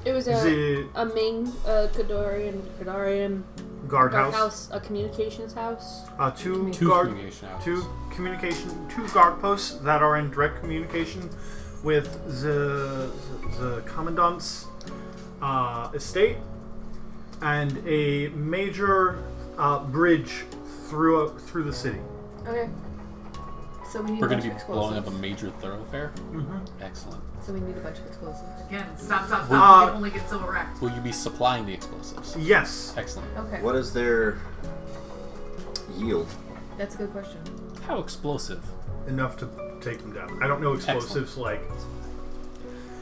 It was
Is
a,
it
a main uh, Kadorian, Kadorian
guard
dark
house?
house, a communications house.
Uh, two,
Two
guard,
communication hours.
two communication, two guard posts that are in direct communication with the the commandant's uh, estate, and a major uh, bridge through through the city.
Okay. So we need
We're
a
going
bunch
to be
of
blowing up
explosives.
a major thoroughfare.
Mm-hmm.
Excellent.
So we need a bunch of explosives.
Again, stop, stop, stop.
Uh,
you can only get so erect.
Will you be supplying the explosives?
Yes,
Excellent.
Okay.
What is their yield?
That's a good question.
How explosive?
enough to take them down. I don't know explosives like.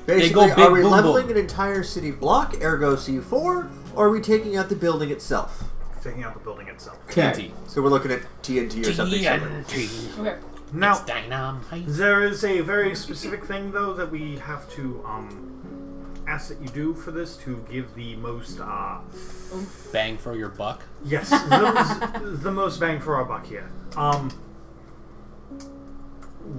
Basically,
go big
are we
boom
leveling
boom.
an entire city block, ergo CU4, or are we taking out the building itself?
taking out the building itself.
TNT.
So we're looking at TNT or something. similar.
TNT.
Okay.
Now,
Dynamite.
there is a very specific thing though that we have to um, ask that you do for this to give the most uh,
Bang for your buck.
yes the, the most bang for our buck here. Um,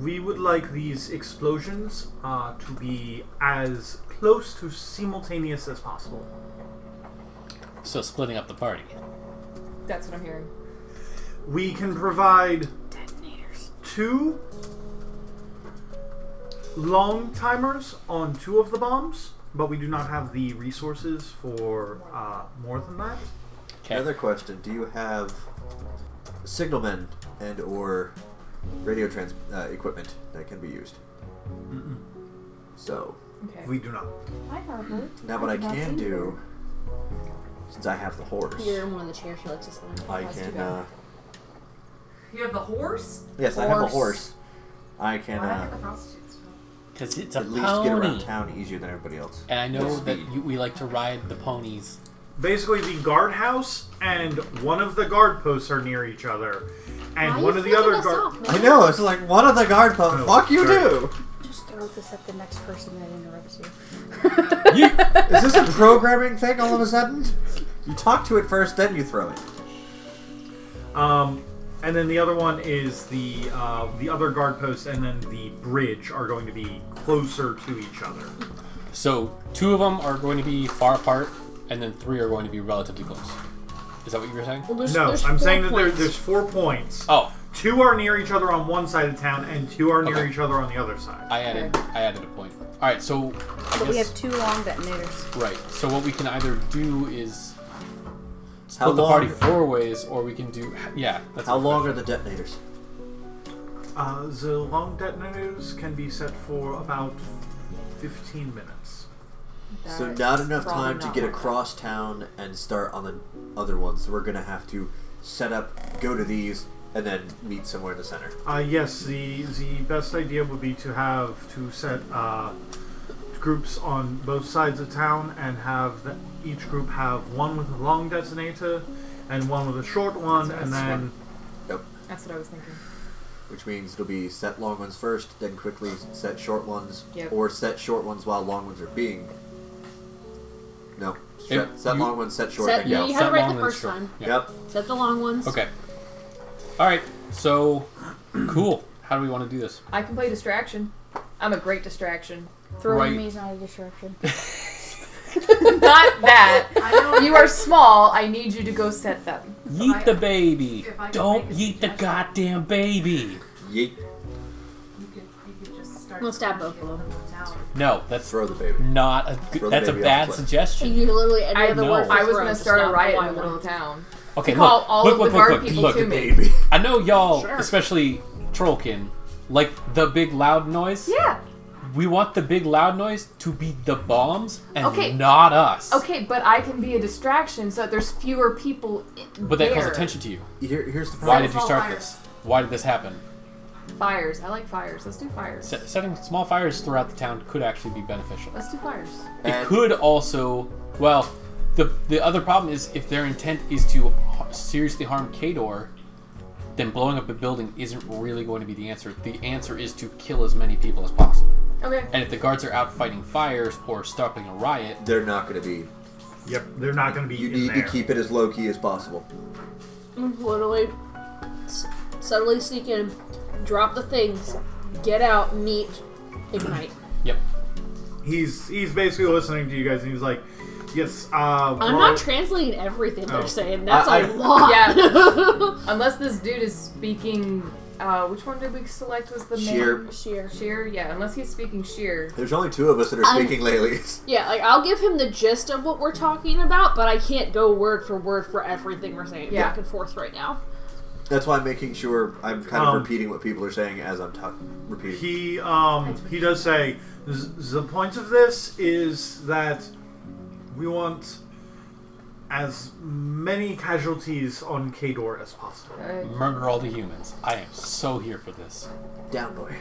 we would like these explosions uh, to be as close to simultaneous as possible.
So splitting up the party.
That's what I'm hearing.
We can provide two long timers on two of the bombs, but we do not have the resources for uh, more than that.
Another question: Do you have signalmen and or radio trans uh, equipment that can be used? So
Okay.
We do not.
I hardly.
now, what I
did not
can
see
do, since I have the horse,
You're in one of the chairs she likes to sit on.
I
How's it
can.
go?
Uh,
You have the horse?
yes, I have a
Horse.
horse. I can
Why not get the
uh,
prostitutes?
Because it's a
at least
pony.
get around town easier than everybody else.
And I know
With
that
speed.
you, we like to ride the ponies.
Basically, the guardhouse and one of the guard posts are near each other, and
Why are
one
you
of the other
flipping us
guard.
off, man?
I know. It's like one of the guard posts.
Oh,
Fuck you,
sorry.
do.
Just throw this at the next person that interrupts you.
Is this a programming thing all of a sudden? You talk to it first, then you throw it.
Um, and then the other one is the uh, the other guard post, and then the bridge are going to be closer to each other.
So two of them are going to be far apart, and then three are going to be relatively close. Is that what you were saying?
Oh.
Well, there's-
No,
there's
I'm
four
saying that there,
points.
there's four points.
Oh,
Two are near each other on one side of town, and two are near
Okay.
each other on the other side.
I added I added a point. All right, so I
But we
guess
have two long detonators.
right. So what we can either do is
How
split the
long-
party four ways, or we can do yeah. That's
How
a good
long
question.
are the detonators?
Uh, the long detonators can be set for about 15 minutes.
So
That
not
is
enough
probably
time to
not
get
worth
across town and start on the other ones. So we're gonna have to set up, go to these, and then meet somewhere in the center.
Uh, yes, the the best idea would be to have to set uh, groups on both sides of town and have the, each group have one with a long detonator and one with a short one,
That's
and then
Yep.
it. That's what I was thinking.
Which means it'll be set long ones first, then quickly set short ones,
Yep.
or set short ones while long ones are being. No. Set, set
you-
long ones, set short,
Set-
then
yeah,
go.
you
set
had it right
long
the
and
first
short.
time.
Yeah.
Yep.
Set the long ones.
Okay. All right. So cool. How do we want to do this?
I can play distraction. I'm a great distraction.
Throwing
Right.
me is not a distraction.
Not that.
I don't
You are small. I need you to go set them.
Yeet the baby.
If I could
Don't
make a
yeet the
suggestion.
goddamn baby.
Yeet.
You could, you could just start
We'll stab both of them.
No, that's
Throw the baby.
not a
Throw
good,
the
that's a
baby off
bad
the cliff.
You
suggestion.
need literally any
I,
other
No.
word for
I was
throw
gonna
to
start a
stop
riot in
why
the middle of
word.
town.
Okay,
Call
look,
all
look,
of
look,
the
look,
guard
look,
people
look.
to me.
Baby.
I know y'all,
Sure.
especially Trollkin, like the big loud noise.
Yeah.
We want the big loud noise to be the bombs and
Okay.
not us.
Okay, but I can be a distraction so that there's fewer people. i-
But that calls
there.
attention to you.
Here, here's the
Why
problem.
did you
small
start
fires.
this? Why did this happen?
Fires. I like fires. Let's do fires.
Se- setting small fires throughout the town could actually be beneficial.
Let's do fires.
It
And-
could also, well, the the other problem is if their intent is to ha- seriously harm Kador, then blowing up a building isn't really going to be the answer. The answer is to kill as many people as possible.
Okay.
And if the guards are out fighting fires or stopping a riot,
They're not gonna be
yep, they're not going to be.
You
in
need
there.
to keep it as low key as possible.
Mm, Literally, s- subtly sneak in, drop the things, get out, meet, ignite.
yep.
He's he's basically listening to you guys, and he's like, "Yes, uh,
I'm
roll-
not translating everything they're
Oh.
saying. That's
I-
a
I-
lot.
Unless this dude is speaking. Uh, which one did we select was the
Sheer.
main?
Sheer.
Sheer? Yeah, unless he's speaking sheer.
There's only two of us that are
I'm-
speaking lately.
Yeah, like I'll give him the gist of what we're talking about, but I can't go word for word for everything we're saying
Yeah.
back and forth right now.
That's why I'm making sure I'm kind of
Um,
repeating what people are saying as I'm talking. Repeating.
He um he does say "Z- the point of this is that we want as many casualties on Kador as possible.
Uh,
Murder all the humans. I am so here for this.
Down, boy.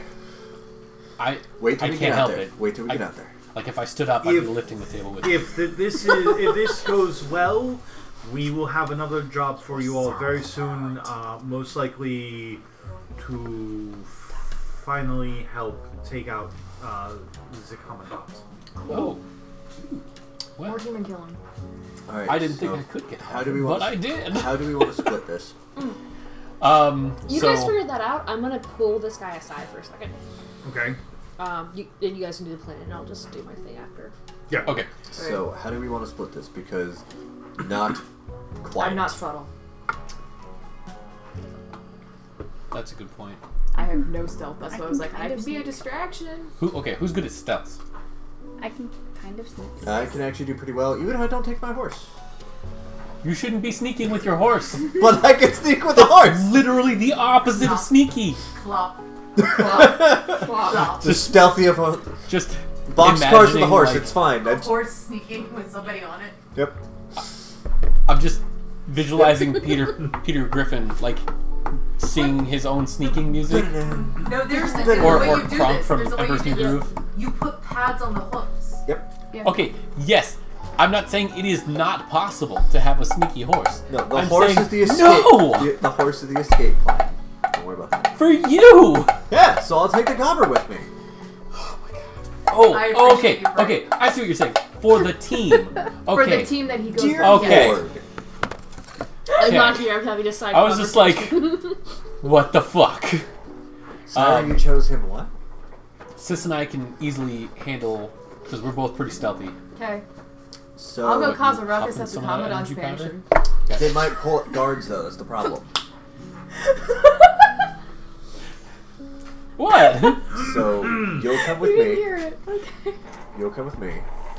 I
Wait till
I
we
can't
get out
help
there.
it.
Wait till we
I-
get out there.
Like if I stood up, I'd be
If-
lifting the table with.
If th- this is if this goes well, we will have another job for you all very soon. Uh, most likely to finally help take out uh, the commandant.
Oh. Well,
or human killing.
All right.
I didn't think
so
I could get.
How do we
But
want?
I did.
How do we want to split this?
Um.
You
so
guys figured that out. I'm gonna pull this guy aside for a second.
Okay.
Um, you, and you guys can do the plan, and I'll just do my thing after.
Yeah.
okay.
So how do we want to split this? Because not quiet.
I'm not subtle.
That's a good point.
I have no stealth. That's why I, was
can
like,
kind
I
of
could be a
sneak.
distraction.
Who? Okay. Who's good at stealth?
I can kind of sneak.
I can actually do pretty well, even if I don't take my horse.
You shouldn't be sneaking with your horse.
But I can sneak with a horse.
Literally the opposite of sneaky.
Clop.
Wow.
The stealthy of a
Just
box cars with a
imagining,
horse.
like,
it's fine. I j-
Horse sneaking with somebody on it.
yep.
I'm just visualizing Peter Peter Griffin like singing his own sneaking music,
No, there's a,
Or-
there's a
or
way
or
you do
Kronk
this.
from
there's a way
Emperor's
you
New
do this.
Groove.
You put pads on the hooks.
Yep.
Okay. Yes. I'm not saying it is not possible to have a sneaky horse.
No, the
I'm
horse
saying
is the escape.
No!
The, the horse is the escape plan. Don't worry about that.
For you.
Yeah, so I'll take the gobbler with me.
Oh,
I
oh, okay,
appreciate your brain.
okay. I see what you're saying. For the team. Okay.
For the team that he goes
Dear
with.
Okay.
Lord.
I'm
Okay.
not here. I'm having a side.
I was just like, what the fuck?
Sorry
Um,
you chose him what?
Sis and I can easily handle because we're both pretty stealthy.
Okay.
So
I'll go cause a
Huffing
ruckus at the
Oh, some of that
Commandant's
energy powder?
mansion.
They might pull up guards though, that's the problem.
What?
So you'll come with
didn't
me.
hear it. Okay.
You'll come with me.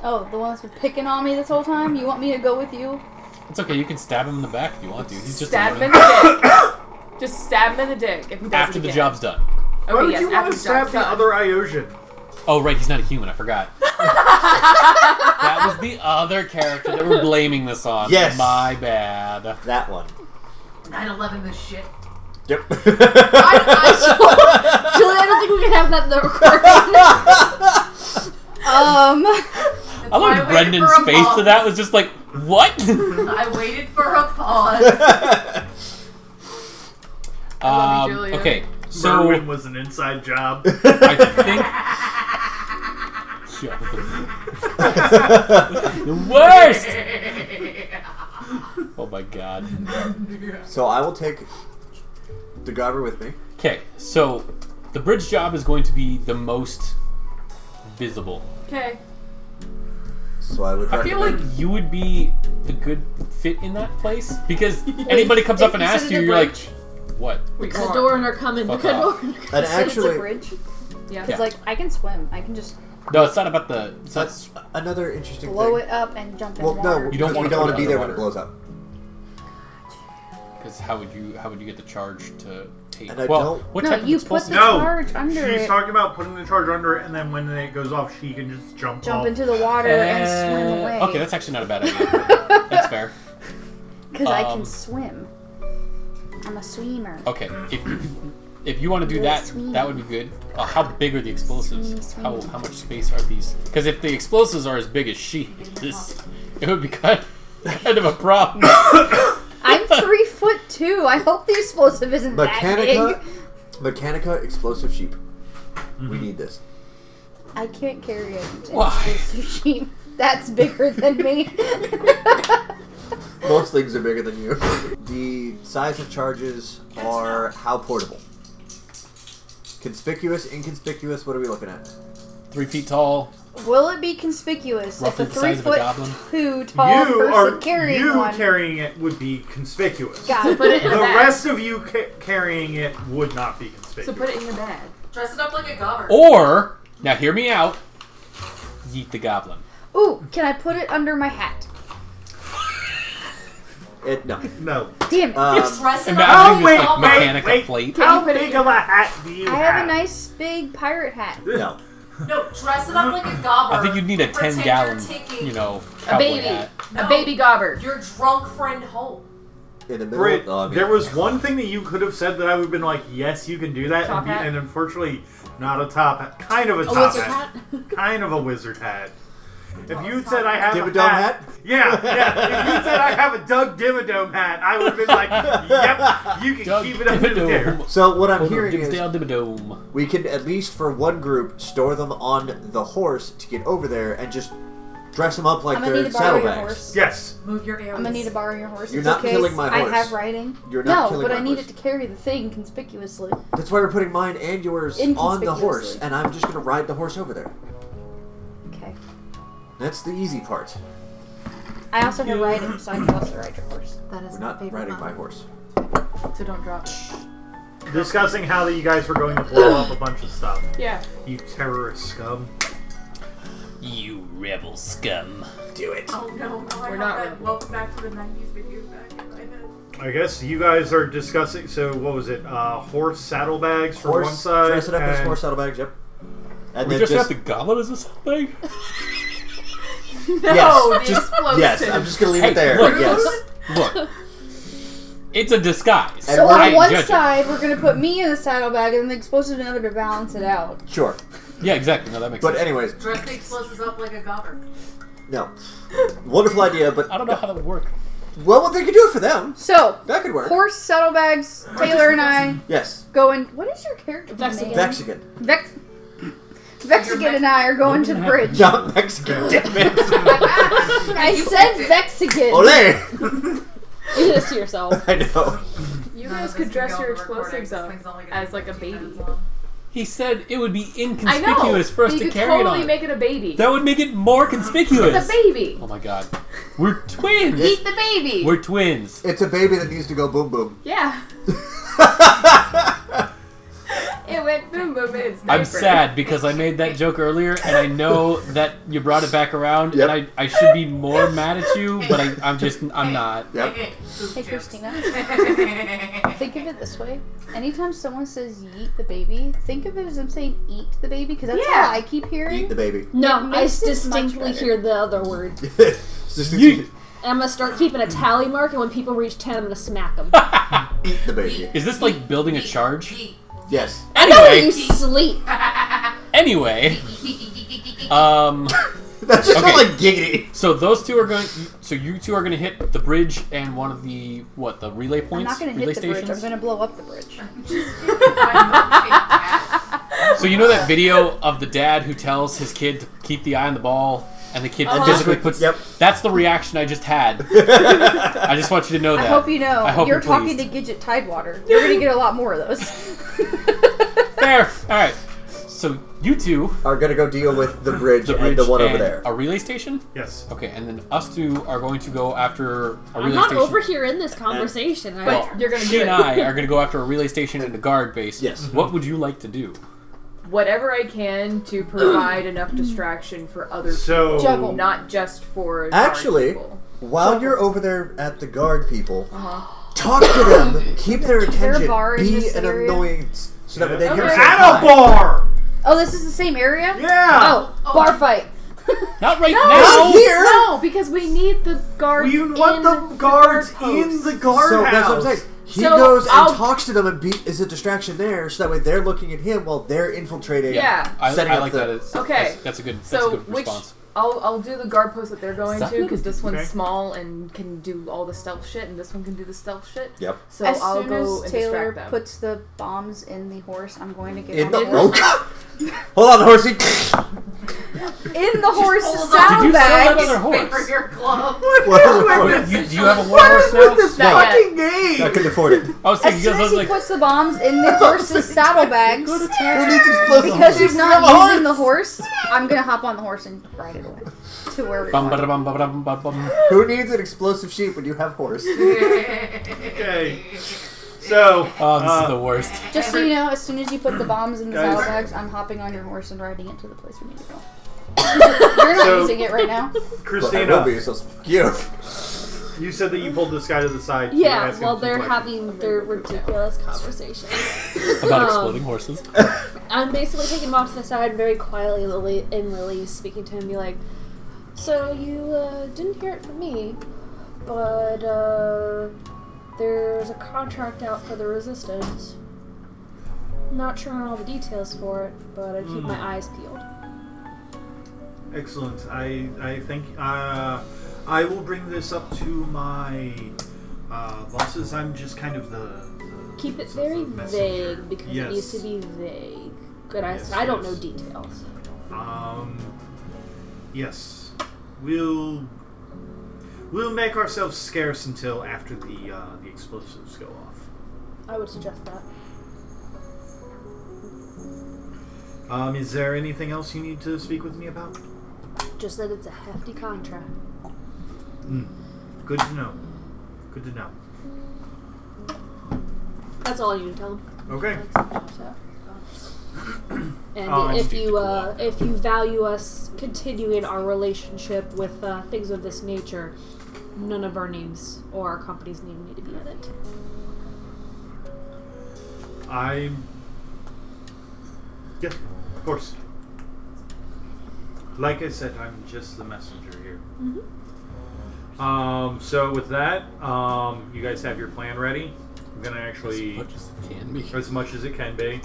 Oh, the one that's been picking on me this whole time? You want me to go with you?
it's okay. You can stab him in the back if you want to. He's just a
Stab him in
woman.
the dick. Just stab him in the dick if he does
after
it
the
again.
job's done.
Okay,
Why would
yes,
you
after
want to stab
job's
the
done.
other Iosian?
Oh right, he's not a human. I forgot. that was the other character that we're blaming this on.
Yes.
My bad.
That one.
9/11 this shit.
Yep.
Julie, I don't think we can have that in the recording.
Um,
That's
I
why
loved
waited
Brendan's
for a
face to
pause.
that was just like, what?
I waited for a pause.
love
Um,
you, Julia.
okay. So
Merwin was an inside job.
I think. the worst. Oh my god.
so I will take the gobbler with me.
Okay, so the bridge job is going to be the most visible.
Okay.
So I would
I feel like
recommend-
you would be a good fit in that place because anybody comes up and asks you, you're like, "What?"
We
the door and are coming. The
Fuck
door
off.
and are
and
it's a
actually
bridge.
Yeah.
Yeah.
It's like I can swim. I can just
No, it's not about the. It's not,
that's another interesting
blow
thing.
it up and jump in
Well
water.
no,
You don't
because
wanna
we don't
put
want
it
to be there when
underwater.
it blows up.
because how would you how would you get the charge to take?
And I
well,
don't-
what
No,
type of
you
explosive?
put the-
no,
Charge under
she's
it.
talking about putting the charge under it, and then when it goes off, she can just jump.
jump
off.
into the water and swim
Uh,
away.
Okay, that's actually not a bad idea. that's fair.
Because I
um,
can swim. I'm a swimmer.
Okay, if you, if you want to do that, that would be good. Uh, how big are the explosives? How, how much space are these? Because if the explosives are as big as she is, it would be kind, kind of a problem.
I'm three foot two. I hope the explosive isn't that
Mechanica
big.
Mechanica explosive sheep. We
Mm-hmm.
need this.
I can't carry it.
Why?
Sushi. That's bigger than me.
Most things are bigger than you. The size of charges are how portable? Conspicuous, inconspicuous, what are we looking at?
three feet tall,
Will it be conspicuous
roughly
if
the
a three
size of a
foot
goblin.
two tall
you
person
are
carrying
you
one?
carrying it would be conspicuous.
Got
So
it.
put it in
The
a bag.
rest of you ca- carrying it would not be conspicuous.
so put it in your bag.
Dress it up like a goblin.
Or now, hear me out. Yeet the goblin.
Ooh, can I put it under my hat?
It, no.
no.
Damn it.
Um,
Dress it
Oh,
up.
Imagine
wait,
this like
wait,
mechanical
wait.
plate.
Can
How
you put it
big
in
of a hat do you
I have a nice big pirate hat.
no.
No, dress it up like a goblin.
I think you'd need a ten
Pretend
gallon,
you're taking
you know,
A
cowboy
baby.
hat.
No.
A baby gobber.
your drunk friend home.
In the middle
Brit,
of the
there was one thing that you could have said that I would have been like, yes, you can do that,
Top
and, be,
hat?
and unfortunately, not a top hat, kind of a
A
top
wizard
hat.
hat.
kind of a wizard hat. If you
it's
said
not-
I have a
Dimmadome
hat,
hat?
yeah, yeah. If you said I have a Doug Dimmadome hat, I would have been like, "Yep, you can
Doug
keep it up in there."
Dimmadome.
So what I'm
Hold on,
hearing is
Dimmadale Dimmadome.
we can at least for one group store them on the horse to get over there and just dress them up like
I'm gonna
they're
need to borrow your
saddlebags.
horse.
Yes,
Move your ears.
I'm gonna need to borrow your horse.
You're
It's
not
okay.
killing my horse.
I have riding.
You're not
no,
killing
but
my
I need
horse.
it to carry the thing conspicuously.
That's why we're putting mine and yours on the horse,
Inconspicuously.
and I'm just gonna ride the horse over there.
Okay.
That's the easy part.
I also have riding, so I can also ride your horse.
That is
We're
my
not
favorite
riding my
mom.
horse.
So don't drop it.
discussing how that you guys were going to blow up a bunch of stuff.
Yeah.
You terrorist scum.
You rebel scum.
Do it.
Oh no, no, I
We're
have
not
that.
ready.
Welcome back to the 90s video back in my head.
I guess you guys are discussing. So what was it? Uh, horse saddlebags for
Horse,
one side.
dress it up as
and-
horse saddlebags. Yep. And
We
then
just,
just,
have the goblin as a something?
No,
Yes,
the
just-
explosive.
yes. I'm just gonna leave
Hey,
it there.
look.
Yes.
Look. It's a disguise.
And
So
we're-
I
on
ain't
one
judging.
side, we're gonna put me in the saddlebag, and the explosive in the other to balance it out.
Sure.
Yeah, exactly. No, that makes
But
sense.
anyways,
Dress the explosives up like a goblin.
no. Wonderful idea, but
I don't know how that would work.
well, what they could do it for them.
So,
That could work.
horse saddlebags. Taylor and I
Yes.
go in. What is your character
Vexigan.
name?
Mexican.
Vex. Vexigan and I are going to the bridge.
Not Mexican. Damn it.
I said Vexigan.
Ole.
You did this to yourself.
I know.
You guys could dress your explosives up as like a baby.
He said it would be
I know.
inconspicuous for us
you
to
could
carry
totally
it on.
make it a baby.
that would make it more conspicuous.
It's a baby.
Oh my god. We're twins.
Eat the baby.
We're twins.
It's a baby that needs to go boom boom.
yeah. It went boom boom in its diaper.
I'm sad because I made that joke earlier, and I know that you brought it back around,
Yep.
and I, I should be more mad at you, but I, I'm just I'm not.
Yep.
Hey, Christina. Think of it this way. Anytime someone says yeet the baby, think of it as I'm saying eat the baby because that's
Yeah.
all I keep hearing.
Eat the baby.
No, I
makes it
distinctly
much better.
hear the other word.
It's just-
Yeet.
And I'm gonna start keeping a tally mark, and when people reach 10, I'm gonna smack them.
Eat the baby.
Is this like building a charge?
Yes.
No,
Anyway,
you sleep.
anyway, um,
That's just
Okay.
not like giggity.
so those two are going. So you two are going to hit the bridge and one of the what the relay points,
I'm not going to
relay
hit the bridge.
stations.
I'm going to blow up the bridge.
So you know that video of the dad who tells his kid to keep the eye on the ball, and the kid
Uh-huh.
physically puts.
Yep.
That's the reaction I just had. I just want you to know that.
I hope you know.
I hope
you're
you're
talking
pleased.
to Gidget Tidewater. You're going to get a lot more of those.
There. All right. So you two,
Are gonna go deal with the bridge,
the
and
bridge,
the one over
and
there.
a relay station.
Yes.
Okay, and then us two are going to go after a relay
I'm not
station.
over here in this conversation. I-
Well,
You're gonna
she
do
and
it.
I are going to go after a relay station and a guard base.
Yes.
What would you like to do?
Whatever I can to provide enough distraction for other
So
people,
Juggle.
not just for dark
Actually,
people.
while you're over there at the guard people, talk to them, keep their
there a
attention,
bar in
be
this
an
area?
annoyance, so that they
Yeah.
can
Okay.
say
at a
hi.
bar.
Oh, this is the same area?
Yeah.
Oh, bar fight.
Not right
Not
now.
here.
No, because we need the guards.
You want
in
the guards
guard
in
posts.
the guardhouse.
So that's what I'm saying. He
So,
goes and
I'll-
talks to them and be, is a distraction there, so that way they're looking at him while they're infiltrating.
Yeah.
I,
Setting
I
up
like
the-
that. As,
Okay.
That's, that's a good. That's a
So
good
which
response.
I'll I'll do the guard post that they're going to because this one's
Okay.
small and can do all the stealth shit, and this one can do the stealth shit.
Yep.
So
as
I'll
soon
go
as
and
Taylor
distract them.
puts the bombs in the horse, I'm going to get
In
on
the
the
oh,
horse.
God. Hold on, horsey.
In the horse
hold on.
Did you sell that
saddlebag.
other
For
horse?
your glove.
Well,
You, do you have a war horse now? Oh,
Not yet.
fucking
I
game.
couldn't afford it.
I was
As
thinking,
soon
I
as
was
he
like,
puts the bombs in the horse's saddlebags,
Who needs explosives?
because he's
You have a
not using
horse.
the horse, I'm gonna hop on the horse and ride it away to where we're
Bum,
going.
ba, bum, ba, bum, ba, bum.
Who needs an explosive sheep when you have horse?
Okay. So,
Oh, this
uh,
is the worst.
Just so you know, as soon as you put the bombs in the
Guys.
saddlebags, I'm hopping on your horse and riding it to the place we need to go. You're not
So-
using it right now.
But I
Christina,
will be, so it's you.
you said that you pulled this guy to the side. You were
Yeah,
asking
while
him
they're
some questions.
having their ridiculous conversation.
About
uh,
Um,
exploding horses.
I'm basically taking him off to the side very quietly, Lily and Lily's speaking to him, be like, So you uh, didn't hear it from me, but uh, there's a contract out for the resistance. Not sure on all the details for it, but I keep
Hmm.
my eyes peeled.
Excellent. I I think uh, I will bring this up to my uh, bosses. I'm just kind of the. the
Keep it
the
very
messenger.
vague because
Yes.
it needs to be vague. Good, I,
Yes,
I don't
yes.
know details.
Um. Yes, we'll we'll make ourselves scarce until after the uh, the explosives go off.
I would suggest that.
Um, is there anything else you need to speak with me about?
Just that it's a hefty contract.
Mm. Good to know. Good to know.
That's all you need to tell him.
Okay.
And
Oh, I
if
see.
you uh, if you value us continuing our relationship with uh, things of this nature, none of our names or our company's name need to be in it.
I. Yeah, of course. Like I said, I'm just the messenger here. Um, so with that, um, you guys have your plan ready. I'm gonna
As
actually
much as it can be.
as much as it can be.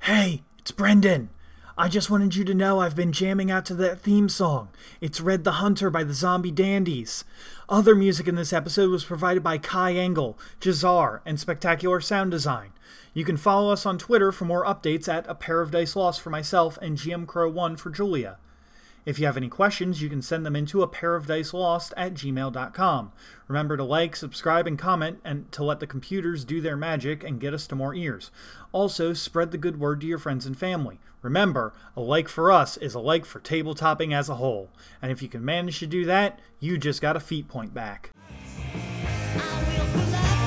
Hey, it's Brendan. I just wanted you to know I've been jamming out to that theme song. It's Red the Hunter by the Zombie Dandies. Other music in this episode was provided by Kai Engel, Jazar, and Spectacular Sound Design. You can follow us on Twitter for more updates at A Pair of Dice Lost for myself and GM Crow1 for Julia. If you have any questions, you can send them into a pair of dice lost at gmail.com. Remember to like, subscribe, and comment, and to let the computers do their magic and get us to more ears. Also, spread the good word to your friends and family. Remember, a like for us is a like for tabletopping as a whole. And if you can manage to do that, you just got a feet point back.
I will pull up